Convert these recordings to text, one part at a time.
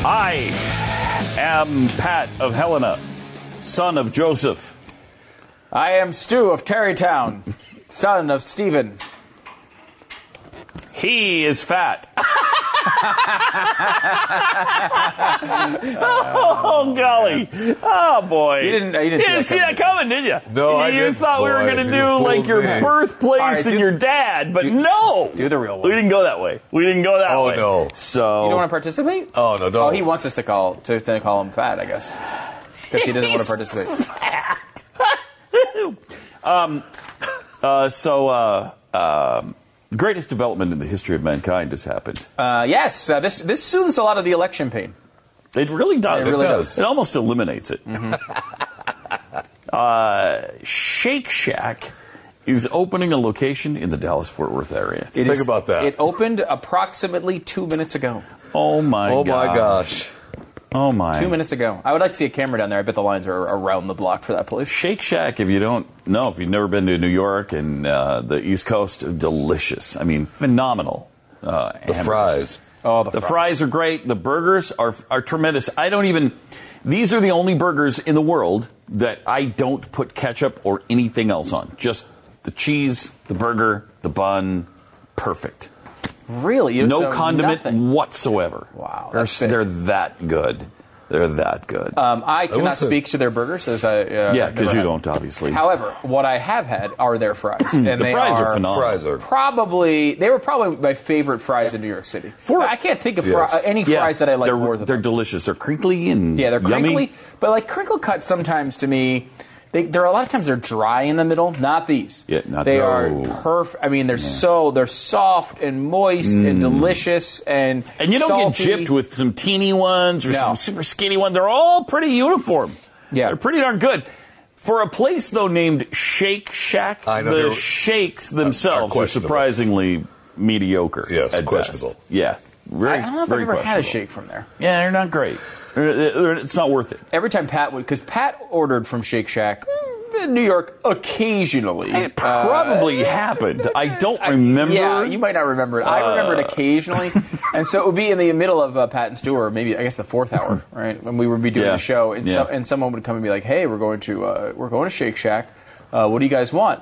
Hi. I am Pat of Helena, son of Joseph. I am Stu of Terrytown, son of Stephen. He is fat. oh, golly. Oh, boy. You didn't- you didn't didn't see see that that coming, did you? No, you I didn't. thought we Boy, were going to you do, fooled like, your me. birthplace All right, and do- your dad, but no. do the real one. We didn't go that way. We didn't go that Oh, way. no. So. You don't want to participate? Oh no, Oh, don't. he wants us to call to, to call him fat, I guess, because he doesn't want to participate. Uh, so, uh, um, greatest development in the history of mankind has happened. Uh, yes, uh, this this soothes a lot of the election pain. It really does. It really It does. does. It almost eliminates it. uh, Shake Shack is opening a location in the Dallas Fort Worth area. It Think about that. It opened approximately two minutes ago. oh my oh god. my gosh. Oh my. Two minutes ago. I would like to see a camera down there. I bet the lines are around the block for that place. Shake Shack, if you don't know, if you've never been to New York and uh, the East Coast, delicious. I mean, phenomenal. Uh, The hamburgers. fries. Oh, the, The fries are great. The burgers are are tremendous. I don't even. These are the only burgers in the world that I don't put ketchup or anything else on. Just the cheese, the burger, the bun, perfect. really You- No so condiment nothing. whatsoever. Wow, they're, that's big. they're that good. They're that good. Um, I cannot was a- speak to their burgers as I. Uh, yeah, because never you had. don't obviously. However, what I have had are their fries, and the they Oh. fries are, phenomenal. Fries are. probably they were probably my favorite fries in New York City. I can't think of fri- Yes. uh, any Yeah, fries that I like they're, more than They're them. delicious. They're crinkly and yeah, they're yummy. crinkly, but like crinkle cut sometimes to me. They, there are a lot of times they're dry in the middle. Not these. Yeah, not they these. No. are perfect. I mean, they're so they're soft and moist and delicious and Mm. And you don't salty. get gypped with some teeny ones or No. some super skinny ones. They're all pretty uniform. Yeah. They're Uh, pretty darn good. For a place, though, named Shake Shack, I know the they're- shakes themselves are questionable. surprisingly mediocre. Yes, at best. questionable. Yeah. Very, I don't know if I've very ever had a questionable. shake from there. Yeah, they're not great. They're- they're- It's not worth it. Every time Pat would, because Pat ordered from Shake Shack, mm, in New York, occasionally. It probably Uh, happened. I don't remember. Yeah, you might not remember it. I remember it Uh. occasionally, and so it would be in the middle of uh, Pat and Stewart, maybe I guess the fourth hour, right? When we would be doing Yeah. the show, and, so, Yeah. and someone would come and be like, "Hey, we're going to uh, we're going to Shake Shack. Uh, what do you guys want?"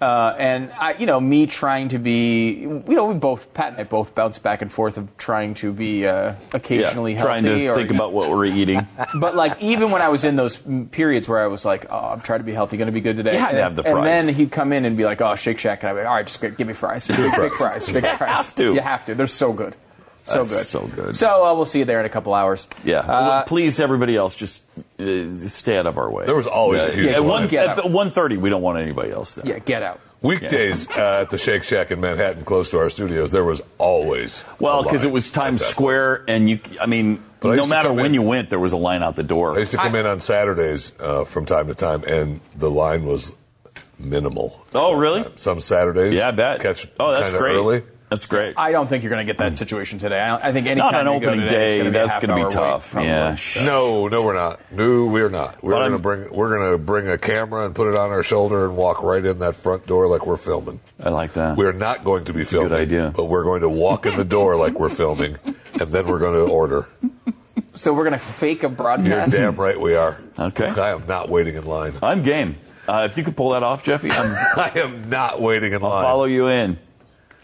Uh, and I, you know, me trying to be, you know, we both Pat and I both bounce back and forth of trying to be uh, Yeah, occasionally trying healthy to or think about what we're eating. but like even when I was in those m- periods where I was like, oh, I'm trying to be healthy, going to be good today. You had to and, have the and fries. then he'd come in and be like, oh, Shake Shack, and I'd be like, all right, just g- give me fries, big, big fries, big fries. have to. You have to. They're so good, so That's good, so good. So uh, we'll see you there in a couple hours. Yeah. Uh, Please, everybody else, just uh, stay out of our way. There was always a huge at line. one Get out. at one thirty. We don't want anybody else there. yeah, get out. Weekdays uh, at the Shake Shack in Manhattan, close to our studios, there was always Well, a line because it was at Times that Square, and you, I mean, But I no used to matter come when in- you went, there was a line out the door. I used to come in on Saturdays uh, from time to time, and the line was minimal. Oh, really? Some Saturdays, yeah, I bet. Catch oh, that's kinda great. Early. That's great. I don't think you're going to get that situation today. I, don't, I think anytime Not on you go opening today, it's day. gonna be a That's half going to hour be wait, tough. probably. Yeah. No, no, we're not. No, we're not. We're But gonna I'm- bring we're gonna bring a camera and put it on our shoulder and walk right in that front door like we're filming. I like that. We're not going to be a filming. good idea. But we're going to walk in the door like we're filming and then we're going to order. So we're gonna fake a You're broadcast. damn right we are. Okay. I am not waiting in line. I'm game. Uh, if you could pull that off, Jeffy, I'm, I am not waiting in I'll line. follow you in.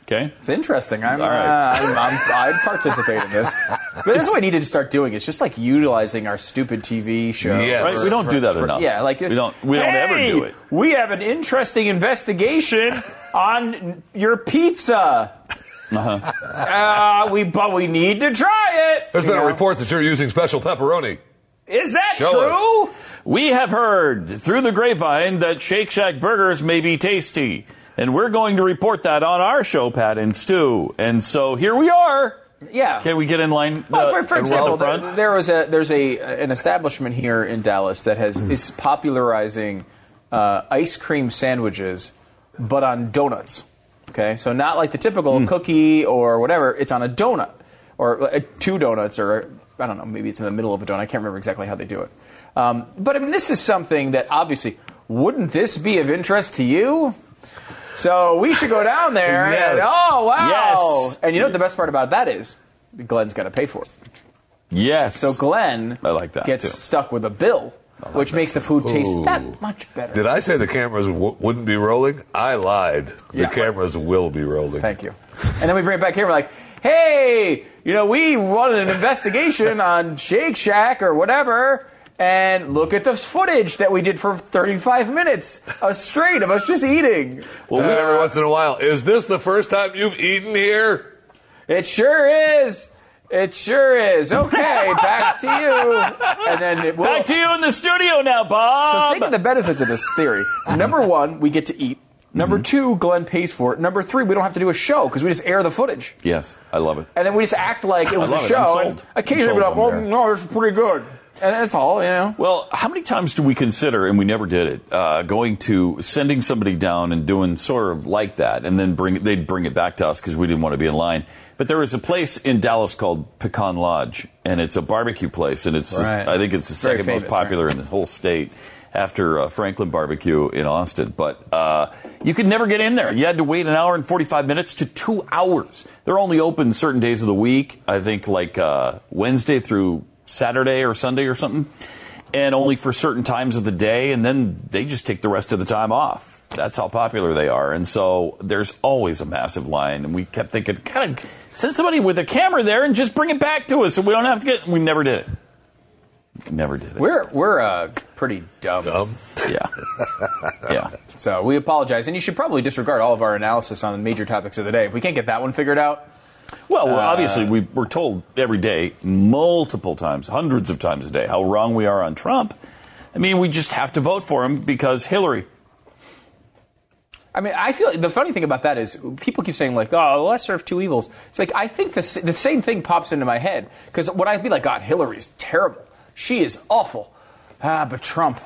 Okay. It's interesting. I'm, All right. uh, I'm, I'm I'd participate in this. But that's what we need to start doing. It's just like utilizing our stupid TV show. Yes. Right? We don't do that enough. Yeah, like we don't. We don't ever "Hey, do it. We have an interesting investigation on your pizza. Uh-huh. we but we need to try it. There's You been a know? report that you're using special pepperoni. Is that Show true? We have heard through the grapevine that Shake Shack burgers may be tasty, and we're going to report that on our show, Pat and Stu. And so here we are. Yeah. Can we get in line? Well, uh, for, for in example, the there, front? there was a there's a an establishment here in Dallas that has is popularizing uh, ice cream sandwiches, but on donuts. Okay, so not like the typical cookie or whatever. It's on a donut or uh, two donuts or I don't know. Maybe it's in the middle of a donut. I can't remember exactly how they do it. Um, but I mean, this is something that obviously wouldn't this be of interest to you? So we should go down there. Yes. And, oh wow! Yes. And you know what the best part about that is, Glenn's got to pay for it. yes. So Glenn I like that, gets too. stuck with a bill, which makes the food taste that much better. Did I say the cameras w- wouldn't be rolling? I lied. The Yeah. cameras will be rolling. Thank you. And then we bring it back here. We're like, hey, you know, we wanted an investigation on Shake Shack or whatever. And look at this footage that we did for 35 minutes uh, straight of us just eating. And then Uh, every once in a while, is this the first time you've eaten here? Uh, It sure is. It sure is. Okay, back to you. And then it will. Back to you in the studio now, So Bob. think of the benefits of this theory. Number one, we get to eat. Number Mm-hmm. two, Glenn pays for it. Number three, we don't have to do a show because we just air the footage. yes, I love it. And then we just act like it was a love it. show. I'm sold. And I'm occasionally we're like, sold oh, on there. no, this is pretty good. And that's all, you know. Well, how many times do we consider, and we never did it, uh, going to sending somebody down and doing sort of like that, and then bring they'd bring it back to us because we didn't want to be in line. But there was a place in Dallas called Pecan Lodge, and it's a barbecue place, and it's Right. I think it's the Very second most famous, popular in the whole state after uh, Franklin Barbecue in Austin. But uh, you could never get in there. You had to wait an hour and 45 minutes to two hours. They're only open certain days of the week, I think like uh, Wednesday through Saturday or Sunday or something, and only for certain times of the day, and then they just take the rest of the time off. That's how popular they are. And so there's always a massive line. And we kept thinking, God, send somebody with a camera there and just bring it back to us so we don't have to get. We never did it. Never did it. We're, we're uh, pretty dumb. Um, Yeah. yeah. So we apologize. And you should probably disregard all of our analysis on the major topics of the day. If we can't get that one figured out, Well, well, obviously, we, we're told every day, multiple times, hundreds of times a day, how wrong we are on Trump. I mean, we just have to vote for him because Hillary. I mean, I feel the funny thing about that is people keep saying like, "Oh, the lesser of two evils." It's like I think the s- the same thing pops into my head because when I be like, "God, Hillary's terrible. She is awful," ah, but Trump,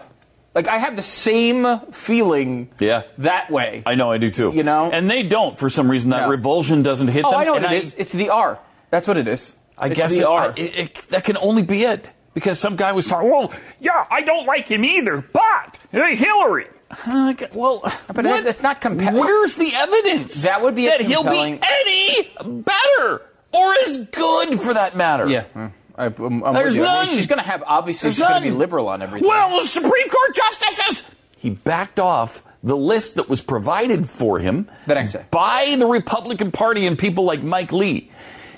like I have the same feeling. Yeah. that way. I know, I do too. You know? and they don't for some reason. That No. revulsion doesn't hit oh, them. I know what and it is. It's the R. That's what it is. I It's guess the it- R. I- it- it- that can only be it because some guy was talking. Well, yeah, I don't like him either, but hey, Hillary. Uh, g- well, But what- that's not compa- Where's the evidence That would be a that he'll be compelling- any better or as good for that matter? yeah. mm, I, am I'm There's with you. I mean, none. she's going to have obviously There's she's going to be none. liberal on everything. Well, the Supreme Court justices. He backed off the list that was provided for him The next day. by the Republican Party and people like Mike Lee.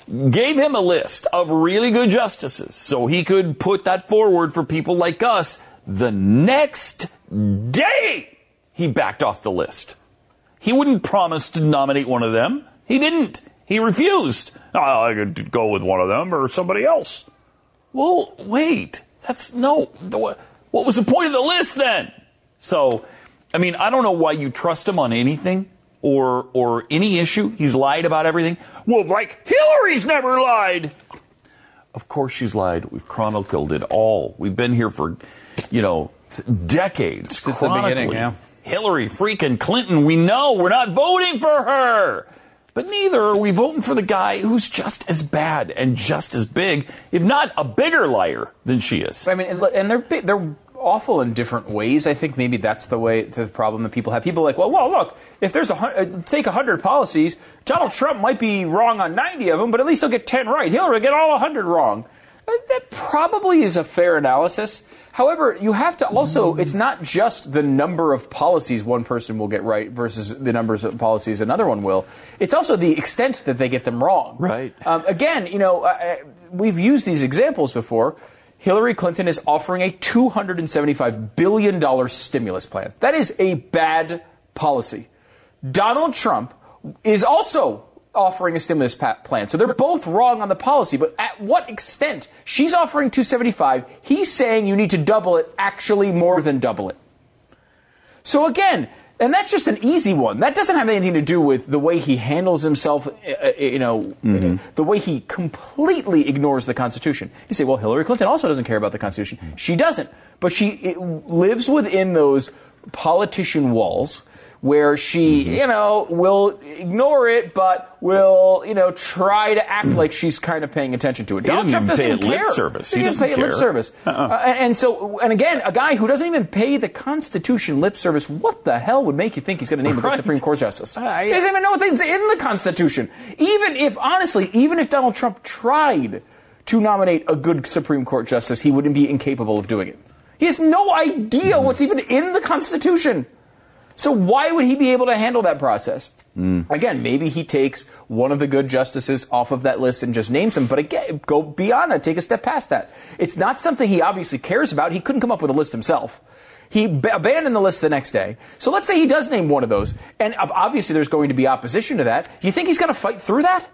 Gave him a list of really good justices so he could put that forward for people like us. The next day, he backed off the list. He wouldn't promise to nominate one of them. He didn't. He refused. "Oh, I could go with one of them or somebody else. Well, wait. That's no. What what was the point of the list then? So, I mean, I don't know why you trust him on anything or or any issue. He's lied about everything. Well, like Hillary's never lied. Of course she's lied. We've chronicled it all. We've been here for, you know, th- decades. Since the beginning, chronically. yeah. Hillary freaking Clinton, we know we're not voting for her. But neither are we voting for the guy who's just as bad and just as big, if not a bigger liar than she is. I mean, and, and they're big, they're awful in different ways. I think maybe that's the way the problem that people have. People are like, well, well, look, if there's a hun- uh, take hundred policies, Donald Trump might be wrong on ninety of them, but at least he'll get ten right. Hillary will get all hundred wrong. Uh, That probably is a fair analysis. However, you have to also, it's not just the number of policies one person will get right versus the numbers of policies another one will. It's also the extent that they get them wrong. Right. Um, again, you know, uh, we've used these examples before. Hillary Clinton is offering a $275 billion stimulus plan. That is a bad policy. Donald Trump is also offering a stimulus pa- plan. So they're both wrong on the policy, but at what extent? She's offering 275, he's saying you need to double it, actually more than double it. So again, and that's just an easy one. That doesn't have anything to do with the way he handles himself, uh, uh, you know, Mm-hmm. the way he completely ignores the Constitution. You say, well, Hillary Clinton also doesn't care about the Constitution. She doesn't, but she it, lives within those politician walls where she, Mm-hmm. you know, will ignore it, but will, you know, try to act like she's kind of paying attention to it. Donald doesn't even Trump doesn't pay even it lip care. service. He, He doesn't pay doesn't it lip care. service. Uh-uh. Uh, and so, and again, a guy who doesn't even pay the Constitution lip service, what the hell would make you think he's going to name a good Right. Supreme Court justice? I- he doesn't even know what's in the Constitution. Even if, honestly, even if Donald Trump tried to nominate a good Supreme Court justice, he wouldn't be incapable of doing it. He has no idea what's even in the Constitution. So why would he be able to handle that process? Again, maybe he takes one of the good justices off of that list and just names him. But again, go beyond that. Take a step past that. It's not something he obviously cares about. He couldn't come up with a list himself. He b- abandoned the list the next day. So let's say he does name one of those, and ob- obviously there's going to be opposition to that. You think he's going to fight through that?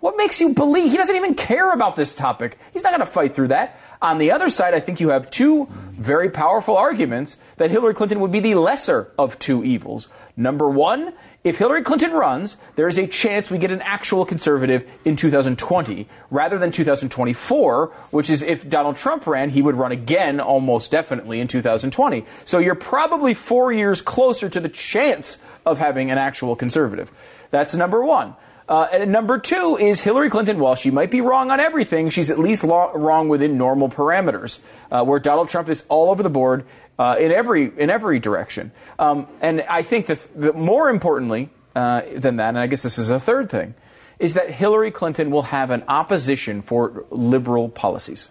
What makes you believe he doesn't even care about this topic? He's not going to fight through that. On the other side, I think you have two very powerful arguments that Hillary Clinton would be the lesser of two evils. Number one, if Hillary Clinton runs, there is a chance we get an actual conservative in 2020 rather than 2024, which is if Donald Trump ran, he would run again almost definitely in 2020. So you're probably four years closer to the chance of having an actual conservative. That's number one. Uh, and number two is Hillary Clinton. While she might be wrong on everything, she's at least lo- wrong within normal parameters. Uh, where Donald Trump is all over the board uh, in every in every direction. Um, and I think that the, more importantly uh, than that, and I guess this is a third thing, is that Hillary Clinton will have an opposition for liberal policies.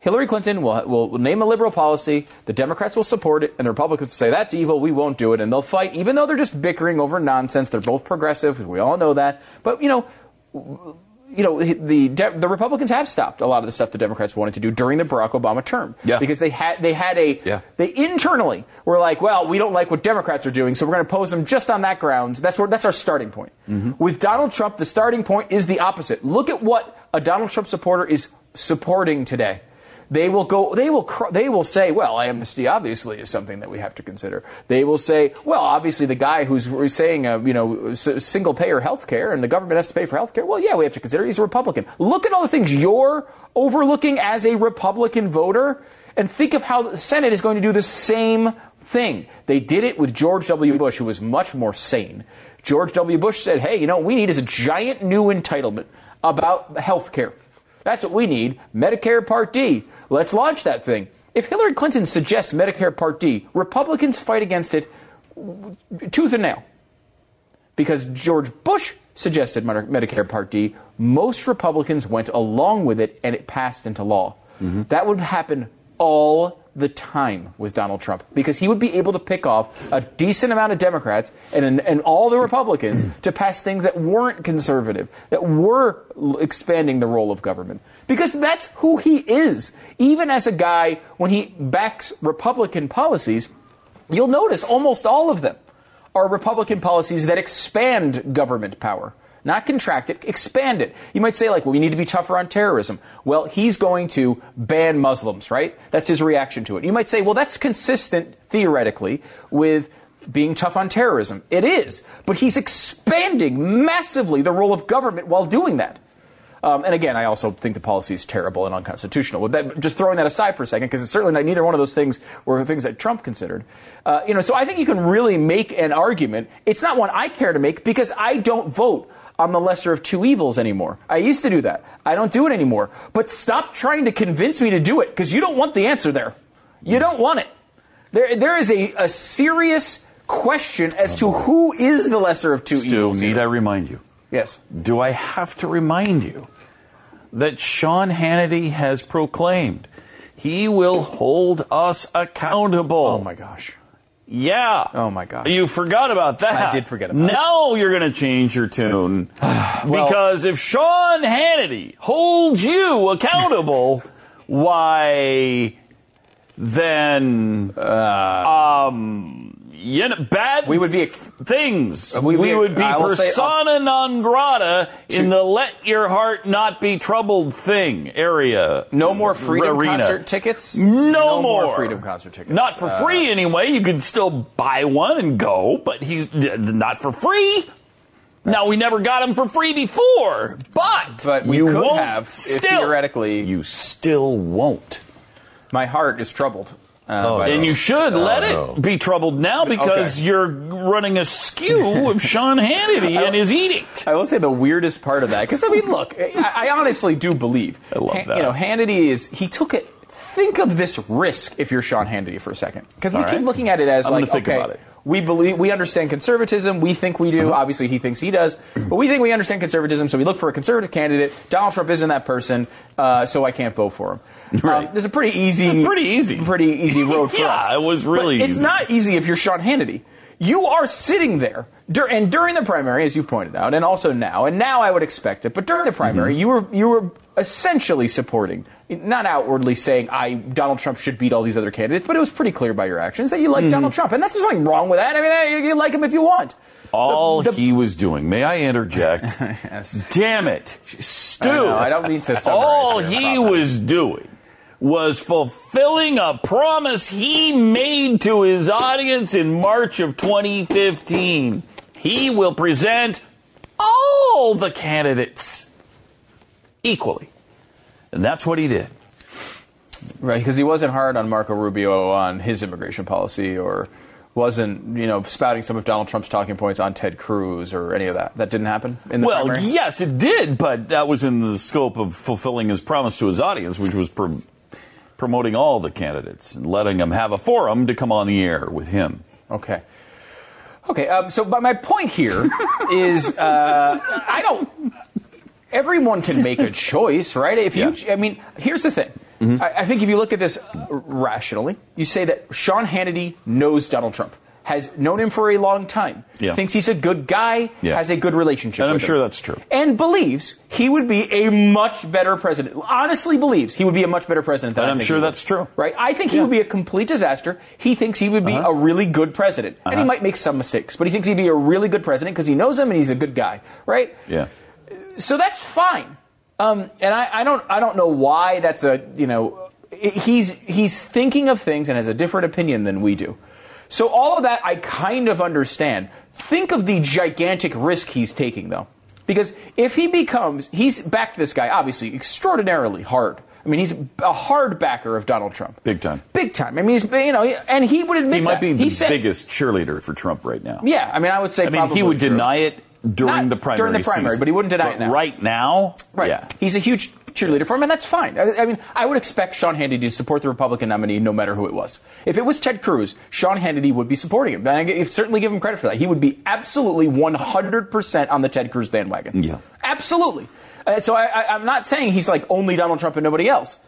Hillary Clinton will, will name a liberal policy, the Democrats will support it, and the Republicans will say, that's evil, we won't do it, and they'll fight, even though they're just bickering over nonsense. They're both progressive, we all know that. But, you know, you know, the the Republicans have stopped a lot of the stuff the Democrats wanted to do during the Barack Obama term. Yeah. Because they had they had a Yeah. they internally were like, well, we don't like what Democrats are doing, so we're going to oppose them just on that grounds. That's where that's our starting point. With Donald Trump, the starting point is the opposite. Look at what a Donald Trump supporter is supporting today. They will go. They will. Cr- they will say, "Well, amnesty obviously is something that we have to consider." They will say, "Well, obviously the guy who's re- saying, uh, you know, s- single payer health care and the government has to pay for health care." Well, yeah, we have to consider. He's a Republican. Look at all the things you're overlooking as a Republican voter, and think of how the Senate is going to do the same thing. They did it with George W. Bush, who was much more sane. George W. Bush said, "Hey, you know, what we need is a giant new entitlement about health care." That's what we need. Medicare Part D. Let's launch that thing. If Hillary Clinton suggests Medicare Part D, Republicans fight against it tooth and nail. Because George Bush suggested Med- Medicare Part D, most Republicans went along with it and it passed into law. That would happen all the time with Donald Trump because he would be able to pick off a decent amount of Democrats and, and all the Republicans to pass things that weren't conservative, that were l- expanding the role of government. Because that's who he is. Even as a guy, when he backs Republican policies, you'll notice almost all of them are Republican policies that expand government power. Not contract it, expand it. You might say, like, well, we need to be tougher on terrorism. Well, he's going to ban Muslims, right? That's his reaction to it. You might say, well, that's consistent theoretically with being tough on terrorism. It is. But he's expanding massively the role of government while doing that. Um, and again, I also think the policy is terrible and unconstitutional. With that, just throwing that aside for a second, because it's certainly not, neither one of those things were things that Trump considered. Uh, you know, so I think you can really make an argument. It's not one I care to make because I don't vote on the lesser of two evils anymore. I used to do that. I don't do it anymore. But stop trying to convince me to do it because you don't want the answer there. You don't want it. There, there is a, a serious question as to who is the lesser of two Stu, evils. here. need I remind you? Yes. Do I have to remind you that Sean Hannity has proclaimed he will hold us accountable? Oh my gosh. Yeah. Oh my gosh. You forgot about that. I did forget about now Now you're going to change your tune. because if Sean Hannity holds you accountable, why then um you know, bad Uh, We would be- Uh, th- things. We- We, we- would be I will say- uh, persona non grata in To- the let your heart not be troubled thing area. Mm, No more freedom Arena. concert tickets. No, more. more. freedom concert tickets. Not for Uh, free anyway. You could still buy one and go, but he's d- not for free. Now we never got him for free before, but But we you could won't have if still theoretically- you still won't, My heart is troubled. Uh, Oh, by no. and you this. should let it no. be troubled now because Okay. you're running askew of Sean Hannity and his edict. I will say the weirdest part of that because I mean, look, I, I honestly do believe. I love that. You know, Hannity is he took it. Think of this risk if you're Sean Hannity for a second, because we All right. keep looking at it as I'm like, gonna think okay, about it. Mm-hmm. we believe we understand conservatism. We think we do. Obviously, he thinks he does, but we think we understand conservatism. So we look for a conservative candidate. Donald Trump isn't that person, uh, so I can't vote for him. Right. Um, there's a pretty easy, Pretty easy. pretty easy road for Yeah, us. it was really But it's easy. not not easy if you're Sean Hannity. You are sitting there, dur- and during the primary, as you pointed out, and also now, and now I would expect it, but during the primary, Mm-hmm. you were you were essentially supporting, not outwardly saying I Donald Trump should beat all these other candidates, but it was pretty clear by your actions that you Mm-hmm. like Donald Trump, and that's there's nothing wrong with that. I mean, I- you like him if you want. All the- he was doing. May I interject? Damn it, Stu. I know, I don't mean to summarize All here he about that. was doing was fulfilling a promise he made to his audience in March of 2015. He will present all the candidates equally. And that's what he did. Right, because he wasn't hard on Marco Rubio on his immigration policy, or wasn't you know spouting some of Donald Trump's talking points on Ted Cruz or any of that. That didn't happen in the Well, primary. yes, it did, but that was in the scope of fulfilling his promise to his audience, which was prom promoting all the candidates and letting them have a forum to come on the air with him. Okay. Okay. Um, so, but my point here is, uh, I don't. Everyone can make a choice, right? If you, Yeah. Mm-hmm. I mean, here's the thing. I, I think if you look at this uh, rationally, you say that Sean Hannity knows Donald Trump, has known him for a long time, Yeah. thinks he's a good guy, Yeah. has a good relationship. And I'm with him. sure that's true. And believes he would be a much better president. Honestly, believes he would be a much better president than And I I'm think sure he would. that's true. Right? I think he would be a complete disaster. He thinks he would be Uh-huh. a really good president. And he might make some mistakes, but he thinks he'd be a really good president because he knows him and he's a good guy, right? Yeah. So that's fine. Um, and I, I don't I don't know why that's a you know it- he's he's thinking of things and has a different opinion than we do. So all of that I kind of understand. Think of the gigantic risk he's taking though. Because if he becomes he's backed this guy obviously extraordinarily hard. I mean he's a hard backer of Donald Trump. Big time. Big time. I mean he's you know and he would admit He might that. be the said- biggest cheerleader for Trump right now. Yeah, I mean I would say I mean, probably he would true. deny it during Not the primary. during the primary, season. but he wouldn't deny But it now. Right now, Right. yeah. He's a huge cheerleader for him, and that's fine. I, I mean, I would expect Sean Hannity to support the Republican nominee no matter who it was. If it was Ted Cruz, Sean Hannity would be supporting him. And I g- certainly give him credit for that. He would be absolutely 100% on the Ted Cruz bandwagon. Yeah. Absolutely. Uh, so I, I, I'm not saying he's like only Donald Trump and nobody else.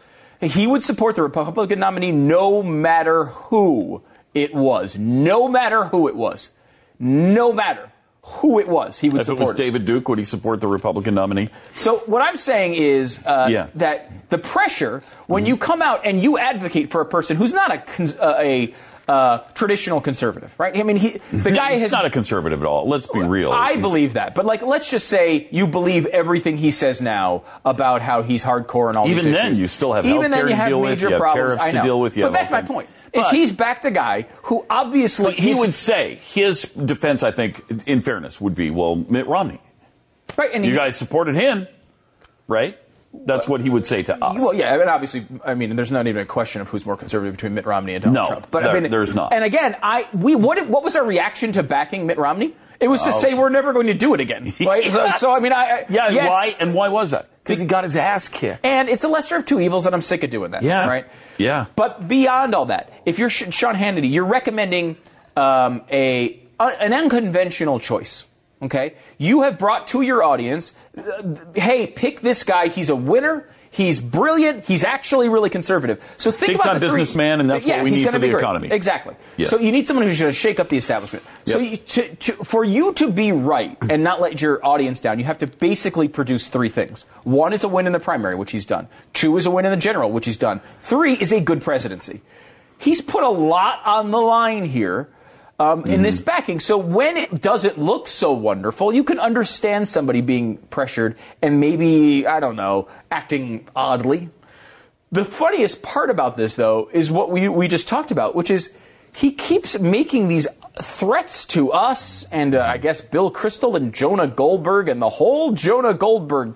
He would support the Republican nominee no matter who it was. No matter who it was. No matter who it was, he would If it support was David Duke, would he support the Republican nominee? so what I'm saying is uh, Yeah. Mm-hmm. that the pressure when you come out and you advocate for a person who's not a cons- uh, a uh, traditional conservative, right? I mean, he, the guy He's has not a conservative at all. Let's be real. I He's- believe that, but like, let's just say you believe everything he says now about how he's hardcore and all these Even then, issues. you still have even healthcare then you to have deal with, major you have problems. tariffs I to know. deal with, you but have that's all my things. point. Is But- he's backed a guy who obviously He is- would say his defense. I think, in fairness, would be well, Mitt Romney. right, and You he- guys supported him, right? That's what he would say to us. Well, yeah, I mean, obviously, I mean, there's not even a question of who's more conservative between Mitt Romney and Donald No, Trump. But I there- mean, there's not. And again, I we what what was our reaction to backing Mitt Romney? It was to say we're never going to do it again. Right? So- so, I mean, I, I Yeah, and yes, why? And why was that? because he got his ass kicked. And it's a lesser of two evils, and I'm sick of doing that. Yeah. Right? Yeah. But beyond all that, if you're Sh- Sean Hannity, you're recommending um, a, un- an unconventional choice. Okay? You have brought to your audience, uh, hey, pick this guy. He's a winner. He's brilliant. He's actually really conservative. So think Big about time the three- businessman, and that's yeah, what we he's need gonna for be the great. economy. Exactly. Yeah. So you need someone who's going to shake up the establishment. So Yep. you, to, to, for you to be right and not let your audience down, you have to basically produce three things. One is a win in the primary, which he's done. Two is a win in the general, which he's done. Three is a good presidency. He's put a lot on the line here. Um, in this backing. So when it doesn't look so wonderful, you can understand somebody being pressured and maybe, I don't know, acting oddly. The funniest part about this, though, is what we, we just talked about, which is he keeps making these threats to us and uh, I guess Bill Crystal and Jonah Goldberg and the whole Jonah Goldberg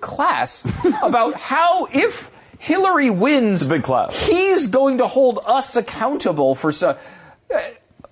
class about how if Hillary wins, a big class. he's going to hold us accountable for so. Uh,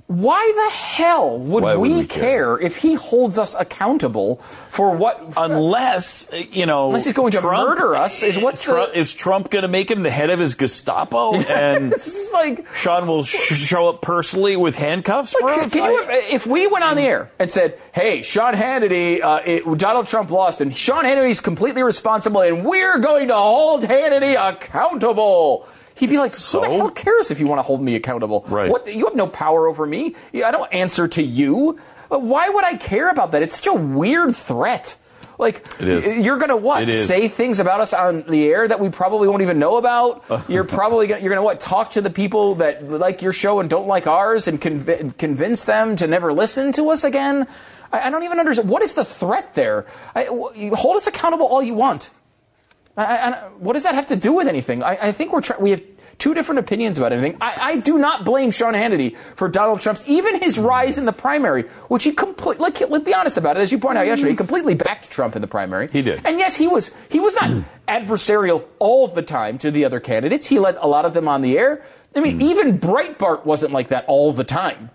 Why the hell would, Why would we, we care? care if he holds us accountable for what? Unless uh, you know, Unless he's going to Trump- murder us, is what's Trump, the- is Trump going to make him the head of his Gestapo? And this is like Sean will sh- show up personally with handcuffs for Like, us. can you, I- if we went on the air and said, "Hey, Sean Hannity, uh, it, Donald Trump lost, and Sean Hannity's completely responsible, and we're going to hold Hannity accountable," he'd be like, So? "Who the hell cares if you want to hold me accountable? Right. What? You have no power over me. Yeah, I don't answer to you. Uh, Why would I care about that? It's such a weird threat." Like It is. y- you're gonna what It is. say things about us on the air that we probably won't even know about. You're probably gonna, you're gonna what talk to the people that like your show and don't like ours and conv- convince them to never listen to us again. I, I don't even understand what is the threat there. I, w- you hold us accountable all you want. I, I, I- what does that have to do with anything? I, I think we're try- we have two different opinions about anything. I, I do not blame Sean Hannity for Donald Trump's even his rise in the primary, which he complete. Like, let's be honest about it. As you pointed out yesterday, he completely backed Trump in the primary. He did. And yes, he was he was not adversarial all of the time to the other candidates. He let a lot of them on the air. I mean, Mm. even Breitbart wasn't like that all the time.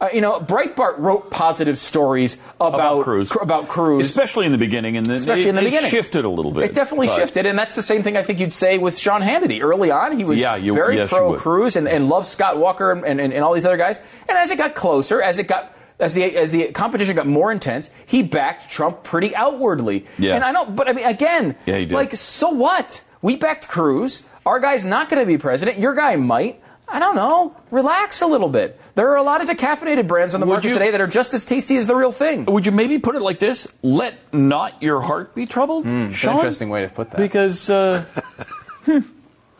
Uh, you know, Breitbart wrote positive stories about, Cruz. Cr- about Cruz especially in the beginning, and then especially it, in the it beginning. shifted a little bit. It definitely But- shifted, and that's the same thing I think you'd say with Sean Hannity. Early on, he was Yeah, you- very yes, you pro would. Cruz and, and loved Scott Walker and, and, and all these other guys. And as it got closer, as it got as the as the competition got more intense, he backed Trump pretty outwardly. Yeah. And I know, but I mean, again, Yeah, he did. like so what? We backed Cruz. Our guy's not going to be president. Your guy might. I don't know. Relax a little bit. There are a lot of decaffeinated brands on the Would market you- today that are just as tasty as the real thing. Would you maybe put it like this? Let not your heart be troubled. Sean? Hmm, interesting way to put that. Because uh, hmm,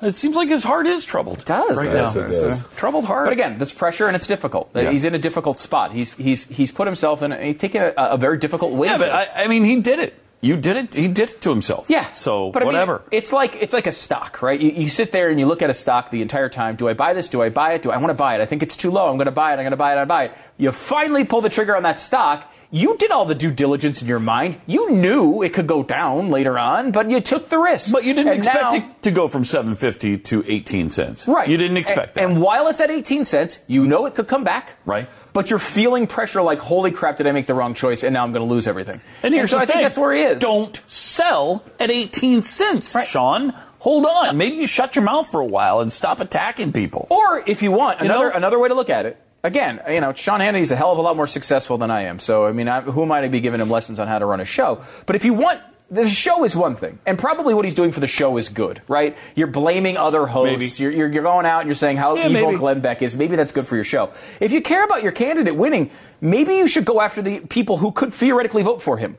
it seems like his heart is troubled. It does. right Yes, now. it does. Troubled heart. But again, there's pressure and it's difficult. Yeah. He's in a difficult spot. He's he's he's put himself in. A, he's taken a, a very difficult way. yeah, but I, I mean, he did it. You did it. He did it to himself. yeah. So but I mean, whatever. it's like it's like a stock, right? You, you sit there and you look at a stock the entire time. Do I buy this? Do I buy it? Do I want to buy it? I think it's too low. I'm going to buy it. I'm going to buy it. I buy it. You finally pull the trigger on that stock. You did all the due diligence in your mind. You knew it could go down later on, but you took the risk. but you didn't And expect now- it to go from 750 to 18 cents. Right. You didn't expect and, that. And while it's at 18 cents, you know it could come back. Right. But you're feeling pressure like, holy crap, did I make the wrong choice and now I'm going to lose everything. And here's so the I think thing. that's where he is. Don't sell at 18 cents, Right. Sean. Hold on. Maybe you shut your mouth for a while and stop attacking people. Or if you want, You know? another, another way to look at it. Again, you know, Sean Hannity's a hell of a lot more successful than I am. So, I mean, I, who am I to be giving him lessons on how to run a show? But if you want, the show is one thing, and probably what he's doing for the show is good, right? You're blaming other hosts. You're, you're, you're going out and you're saying how Yeah, evil maybe. Glenn Beck is. Maybe that's good for your show. If you care about your candidate winning, maybe you should go after the people who could theoretically vote for him.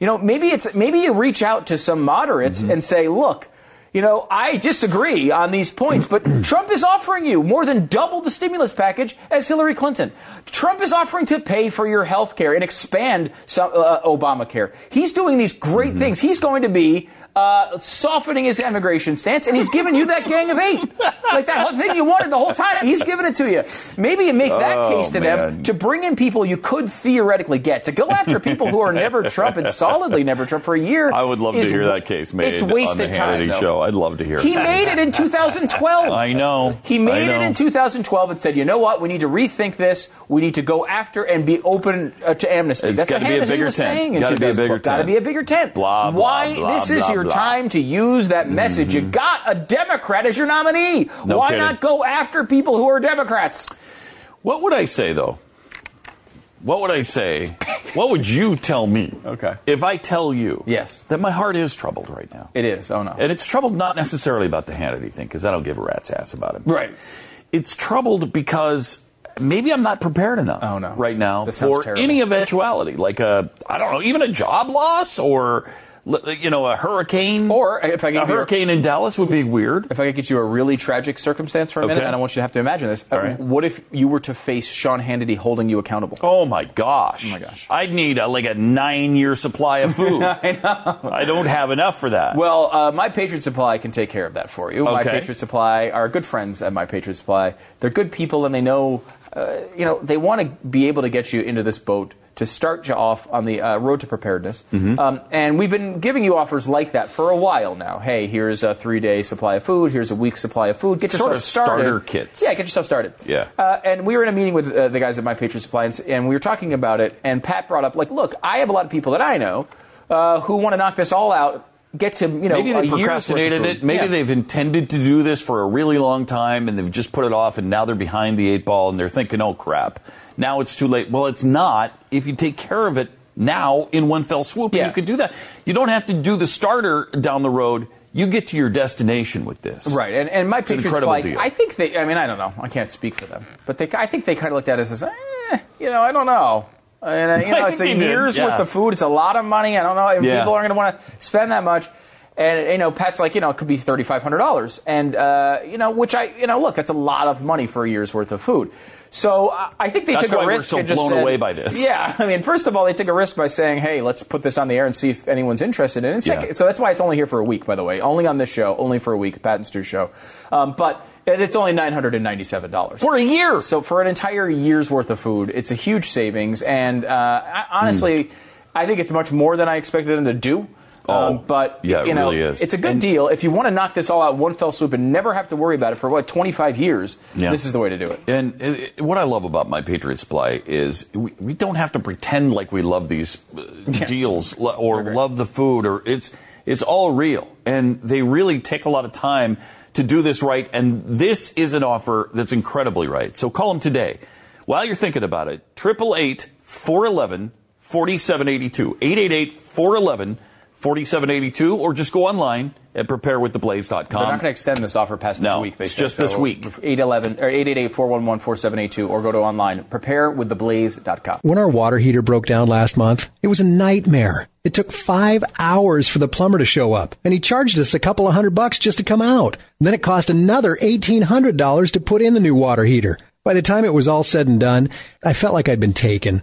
You know, maybe it's maybe you reach out to some moderates Mm-hmm. and say, look, you know, I disagree on these points, but Trump is offering you more than double the stimulus package as Hillary Clinton. Trump is offering to pay for your health care and expand some, uh, Obamacare. He's doing these great Mm-hmm. things. He's going to be uh, softening his immigration stance, and he's giving you that gang of eight, like that whole thing you wanted the whole time. He's giving it to you. Maybe you make that Oh, case to man. them to bring in people you could theoretically get to go after people who are never Trump and solidly never Trump for a year. I would love is- to hear that case made it's on the wasted Hannity time, though. show. I'd love to hear He it. made it in 2012. I know. He I made it know. in 2012 and said, "You know what? We need to rethink this. We need to go after and be open uh, to amnesty." It's That's gotta what be a Hannity bigger was tent. saying in Gotta be a bigger 2012. Gotta tent. be a bigger tent. Blah, blah, Why blah, this blah, is your Blah. time to use that message. You got a Democrat as your nominee. No Why kidding. not go after people who are Democrats? What would I say though? What would I say? What would you tell me? Okay. If I tell you, Yes. that my heart is troubled right now, It is. Oh no. and it's troubled not necessarily about the Hannity thing because I don't give a rat's ass about it. Right. It's troubled because maybe I'm not prepared enough. Oh, no. Right now That sounds for terrible. any eventuality, like a I don't know, even a job loss or you know a hurricane Or if I a gave you a, hurricane in Dallas would be weird. if I could get you a really tragic circumstance for a minute, Okay. and I want you to have to imagine this. All right. What if you were to face Sean Hannity holding you accountable? Oh my gosh! Oh, my gosh. I'd need a, like a nine-year supply of food. I know. I don't have enough for that. Well, uh, My Patriot Supply can take care of that for you. My Okay. Patriot Supply are good friends at My Patriot Supply. They're good people, and they know, uh, you know, they want to be able to get you into this boat to start you off on the uh, road to preparedness. Mm-hmm. Um, and we've been giving you offers like that for a while now. Hey, here's a three-day supply of food. Here's a week's supply of food. Get yourself Sort of started. starter kits. Yeah, get yourself started. Yeah. Uh, and we were in a meeting with uh, the guys at My Patriot Supply, and, s- and we were talking about it. And Pat brought up, like, look, I have a lot of people that I know uh, who want to knock this all out, get to you know, Maybe a they year's worth of procrastinated food. it. Maybe Yeah. they've intended to do this for a really long time and they've just put it off and now they're behind the eight ball and they're thinking, oh crap, now it's too late. Well, it's not. If you take care of it now in one fell swoop, Yeah. you can do that. You don't have to do the starter down the road. You get to your destination with this. Right, and, and my Patriots incredible like deal. I think they. I mean, I don't know. I can't speak for them, but they. I think they kind of looked at it as, eh, you know, I don't know. And, uh, you I know, it's a think they did, year's yeah. worth of food. It's a lot of money. I don't know if Yeah. people are going to want to spend that much. And you know, Pat's like, you know, it could be thirty five hundred dollars, and uh, you know, which I, you know, look, that's a lot of money for a year's worth of food. So I I think they That's took why a we're risk. so and just blown said- away by this. Yeah, I mean, first of all, they took a risk by saying, hey, let's put this on the air and see if anyone's interested in it. And Yeah. second, so that's why it's only here for a week, by the way, only on this show, only for a week, the Pat and Stu show. Um, but it- it's only nine hundred and ninety-seven dollars For a year. So for an entire year's worth of food, it's a huge savings, and uh, I, honestly, Hmm. I think it's much more than I expected them to do. Uh, Oh, but yeah, it you know, really is. it's a good deal if you want to knock this all out in one fell swoop and never have to worry about it for what twenty-five years. Yeah. This is the way to do it. And it, it- what I love about my Patriots play is we, we don't have to pretend like we love these uh, deals lo- or love the food or it's it's all real. And they really take a lot of time to do this right. And this is an offer that's incredibly right. So call them today. While you're thinking about it, 888 411 4782. 888 411 4782. Or just go online at preparewiththeblaze.com. They're not going to extend this offer past this Um, No, week. They it's said. just this So, week. 811 or 888-411-4782 or go to online preparewiththeblaze.com. When our water heater broke down last month, it was a nightmare. It took five hours for the plumber to show up, and he charged us a couple of hundred bucks just to come out. Then it cost another $1,800 to put in the new water heater. By the time it was all said and done, I felt like I'd been taken.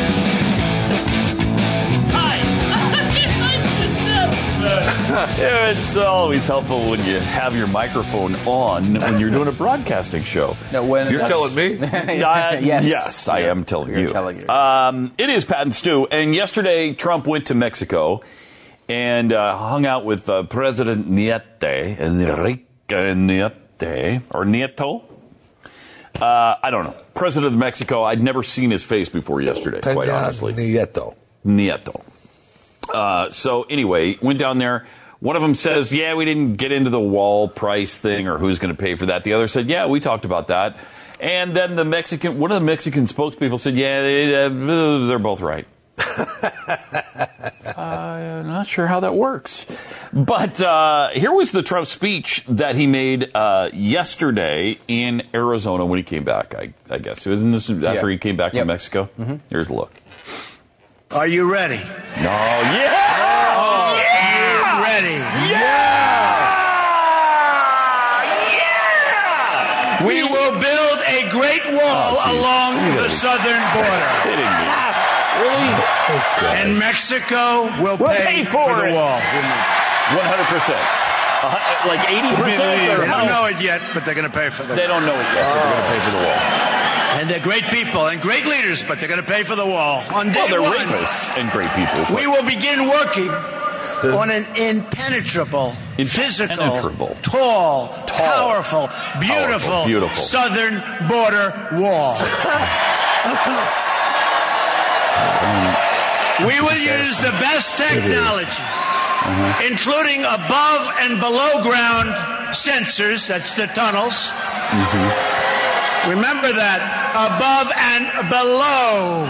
Yeah, It's always helpful when you have your microphone on when you're doing a broadcasting show. Now, when You're that's- telling me? Uh, Yes. yes, I am telling You're you. telling you. Um, it is Pat and Stu, and yesterday Trump went to Mexico and uh, hung out with uh, President Niete, Enrique Niete, or Nieto. Uh, I don't know. President of Mexico, I'd never seen his face before yesterday, quite Peña honestly. Nieto. Nieto. Uh, so anyway, went down there. One of them says, "Yeah, we didn't get into the wall price thing, or who's going to pay for that." The other said, "Yeah, we talked about that." And then the Mexican, one of the Mexican spokespeople said, "Yeah, they, uh, they're both right." Uh, not sure how that works. But uh, here was the Trump speech that he made uh, yesterday in Arizona when he came back, I, I guess. Isn't this after Yeah. he came back Yep. Mm-hmm. from Mexico? Here's a look. Are you ready? Oh, yeah! yeah! Ready. Yeah! Yeah! We will build a great wall Oh, geez. along the southern border. Kidding me. Really? And Mexico will We'll pay pay, for it. the wall. 100%. Uh, like 80% or They how? don't know it yet, but they're going to pay for They the don't know it yet. but They're going to pay for the wall. And they're great people and great leaders, but they're going to pay for the wall. On day Well, they're one, rapists and great people. we will begin working on an impenetrable, Impenetrable. physical, tall, powerful, beautiful, beautiful. southern border wall. we will use the best technology, including above and below ground sensors, that's the tunnels. Remember that above and below.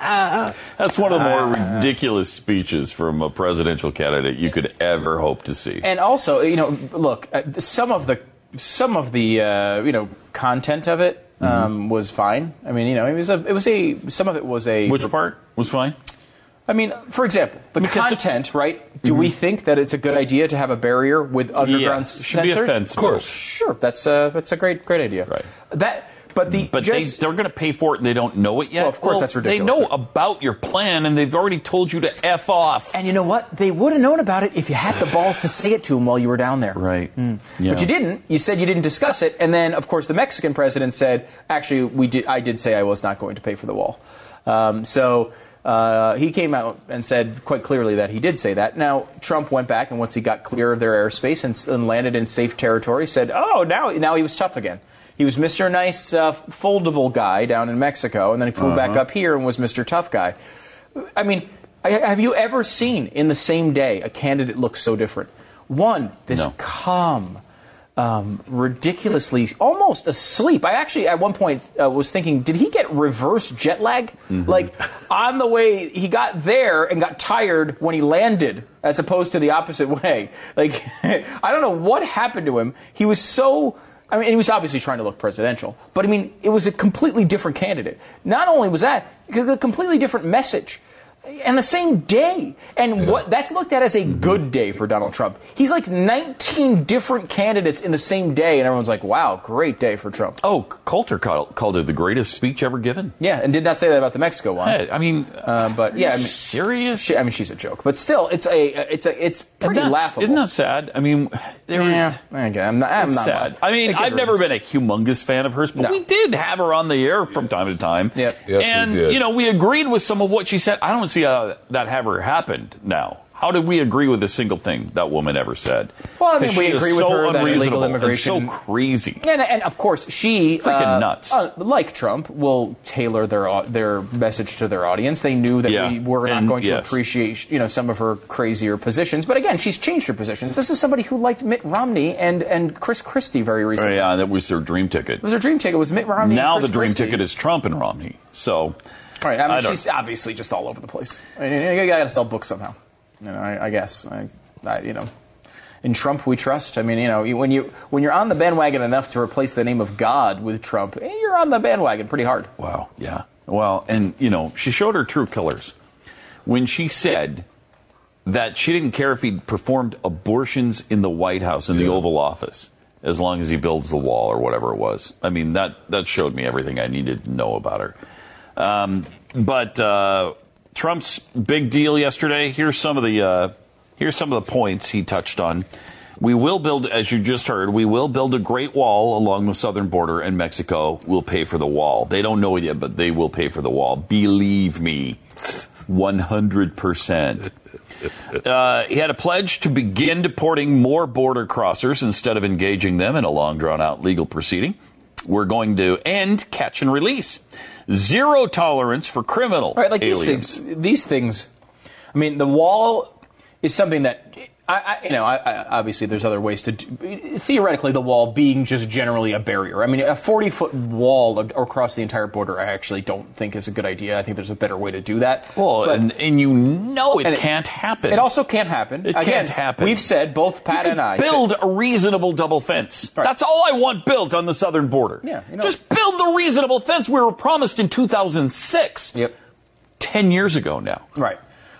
That's one of the more ridiculous speeches from a presidential candidate you could ever hope to see. And also, you know, look, uh, some of the some of the uh, you know content of it Mm-hmm. um, was fine. I mean, you know, it was a it was a some of it was a Which part was fine? I mean, for example, the Because- Mm-hmm. content, right? Do we think that it's a good idea to have a barrier with underground Yeah, s- should be sensors? offensible. Of course. sure. That's a that's a great great idea. Right. That, but the But just, they, they're going to pay for it and they don't know it yet. Well, of course, that's ridiculous. They know about your plan and they've already told you to F off. and you know what? They would have known about it if you had the balls to say it to them while you were down there. Right. Mm. Yeah. But you didn't. You said you didn't discuss it, and then of course the Mexican president said, "Actually, we did. I did say I was not going to pay for the wall." Um, so uh, he came out and said quite clearly that he did say that. Now Trump went back, and once he got clear of their airspace and, s- and landed in safe territory, said, "Oh, now now he was tough again." He was Mr. Nice uh, foldable guy down in Mexico, and then he flew back up here and was Mr. Tough guy. I mean, I, have you ever seen in the same day a candidate look so different? One, this No. calm, um, ridiculously, almost asleep. I actually, at one point, uh, was thinking, did he get reverse jet lag? Like, on the way, he got there and got tired when he landed, as opposed to the opposite way. Like, I don't know what happened to him. He was so. I mean, and he was obviously trying to look presidential, but I mean, it was a completely different candidate. Not only was that, a completely different message and the same day. And what that's looked at as a Mm-hmm. good day for Donald Trump. He's like 19 different candidates in the same day, and everyone's like, "Wow, great day for Trump." Oh, Coulter called, called it the greatest speech ever given. Yeah, and did not say that about the Mexico one. Hey, I mean, Uh, but yeah, I are you mean, serious? she, I mean, she's a joke, but still, it's a it's a it's pretty Isn't that- laughable. Isn't that sad? I mean, there was. Yeah, okay, I'm not. I'm It's not sad. I mean, give I've her never this. been a humongous fan of hers, but No. we did have her on the air from time to time. Yep. Yes, we and, did. you know, we agreed with some of what she said. I don't see how that ever happened now. How did we agree with a single thing that woman ever said? Well, I mean, 'Cause we she is agree with so her that illegal unreasonable and immigration- so crazy. And, and of course, she Freaking uh, nuts. uh, like Trump, will tailor their au- their message to their audience. They knew that Yeah. we were not And going to yes. appreciate you know some of her crazier positions. But again, she's changed her positions. This is somebody who liked Mitt Romney and and Chris Christie very recently. Yeah, that was their dream ticket. It was her dream ticket. Was Mitt Romney? and Now Chris the dream Christie. ticket is Trump and Romney. So, Right. I mean, I don't- she's obviously just all over the place. I mean, you got to sell books somehow. You know, I, I guess. I, I, you know, in Trump we trust. I mean, you know, you- when you when you're on the bandwagon enough to replace the name of God with Trump, eh, you're on the bandwagon pretty hard. wow, yeah. Well, and, you know, she showed her true colors when she said that she didn't care if he performed abortions in the White House, in the Oval Office, as long as he builds the wall or whatever it was. I mean, that, that showed me everything I needed to know about her. Um, but uh, Trump's big deal yesterday. Here's some of the uh, here's some of the points he touched on. We will build, as you just heard, we will build a great wall along the southern border, and Mexico will pay for the wall. They don't know it yet, but they will pay for the wall. Believe me, one hundred percent. Uh, He had a pledge to begin deporting more border crossers instead of engaging them in a long drawn out legal proceeding. We're going to end catch and release. Zero tolerance for criminal All right, like aliens. these things. These things. I mean, the wall is something that I, I, you know, I, I, obviously there's other ways to do, theoretically the wall being just generally a barrier. I mean, a 40 foot wall a- across the entire border, I actually don't think is a good idea. I think there's a better way to do that. Well, But and, and you know it and it- can't happen. it also can't happen. It Again, can't happen. We've said both Pat You and I said- build a reasonable double fence. Right. That's all I want built on the southern border. Yeah, you know- just build the reasonable fence we were promised in 2006. Yep. ten years ago now. Right.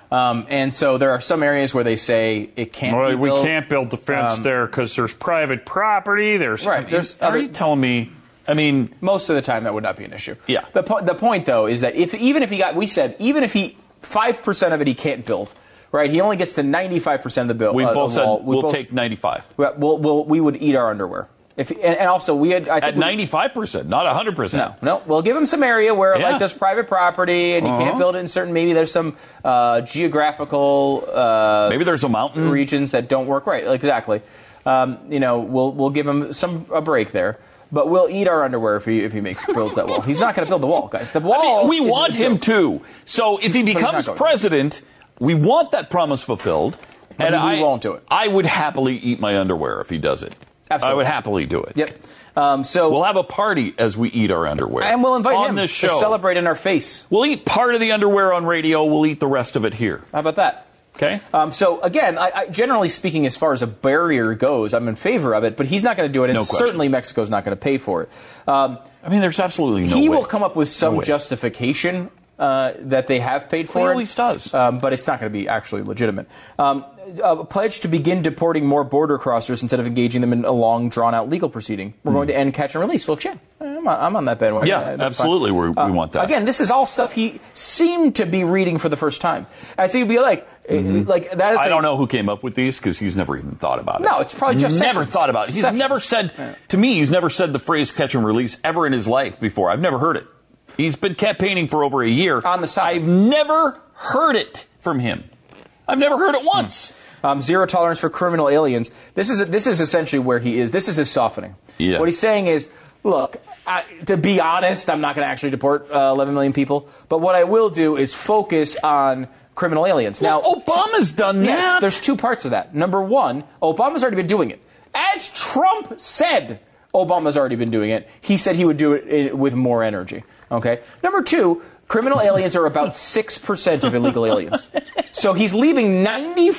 Um, and so there are some areas where they say it can't. Well, be we built. can't build the fence Um, there because there's private property. There's Right. There's Are other, you telling me? I mean, most of the time that would not be an issue. Yeah. The, po- the point though is that if even if he got, we said even if he five percent of it he can't build, right? He only gets to ninety five percent of the bill. we uh, both the said wall. we'll both- take 95 Well, we'll, we'll, we would eat our underwear. If and, and also we had I think at we- 95 percent, not 100 No, percent. no. We'll give him some area where Yeah. like there's private property and you Uh-huh. can't build it in certain. Maybe there's some uh, geographical. Uh, Maybe there's a mountain. regions that don't work right. Exactly. Um, you know, we'll we'll give him some a break there, but we'll eat our underwear if he if he makes builds that wall. He's not going to build the wall, guys. The wall. I mean, we Oh, is a want him joke. to. So if he But he's not becomes going to. president, we want that promise fulfilled. But and he- we I won't do it. I would happily eat my underwear if he does it. Absolutely. I would happily do it. Yep. Um, so We'll have a party as we eat our underwear. and we'll invite on him this show. to celebrate in our face. We'll eat part of the underwear on radio. We'll eat the rest of it here. How about that? Okay. Um, so again, I, I, generally speaking, as far as a barrier goes, I'm in favor of it, but he's not going to do it, and No question. certainly Mexico's not going to pay for it. Um, I mean, there's absolutely no he way. will come up with some way. justification uh, that they have paid for He it. always does. um, but it's not going to be actually legitimate. Um, a pledge to begin deporting more border crossers instead of engaging them in a long, drawn-out legal proceeding. We're going to end catch and release. Well, yeah, I'm on, I'm on that Hmm. bandwagon. Yeah, Uh, that's absolutely, fine. we- we want that. Again, this is all stuff he seemed to be reading for the first time. I think he'd be like, uh, like that Mm-hmm. is. I a- don't know who came up with these because he's never even thought about it. No, it's probably Jeff never Sessions. thought about it. He's Sessions. never said to me. He's never said the phrase "catch and release" ever in his life before. I've never heard it. He's been campaigning for over a year On the side. I've never heard it from him. I've never heard it once. um, zero tolerance for criminal aliens. This is this is essentially where he is. This is his softening. Yeah. What he's saying is, look, I, to be honest, I'm not going to actually deport uh, 11 million people, but what I will do is focus on criminal aliens. Now, Obama's done Hmm. yeah, that. there's two parts of that. Number one, Obama's already been doing it. As Trump said, Obama's already been doing it. He said he would do it i- with more energy. Okay. Number two, criminal aliens are about 6% of illegal aliens. So he's leaving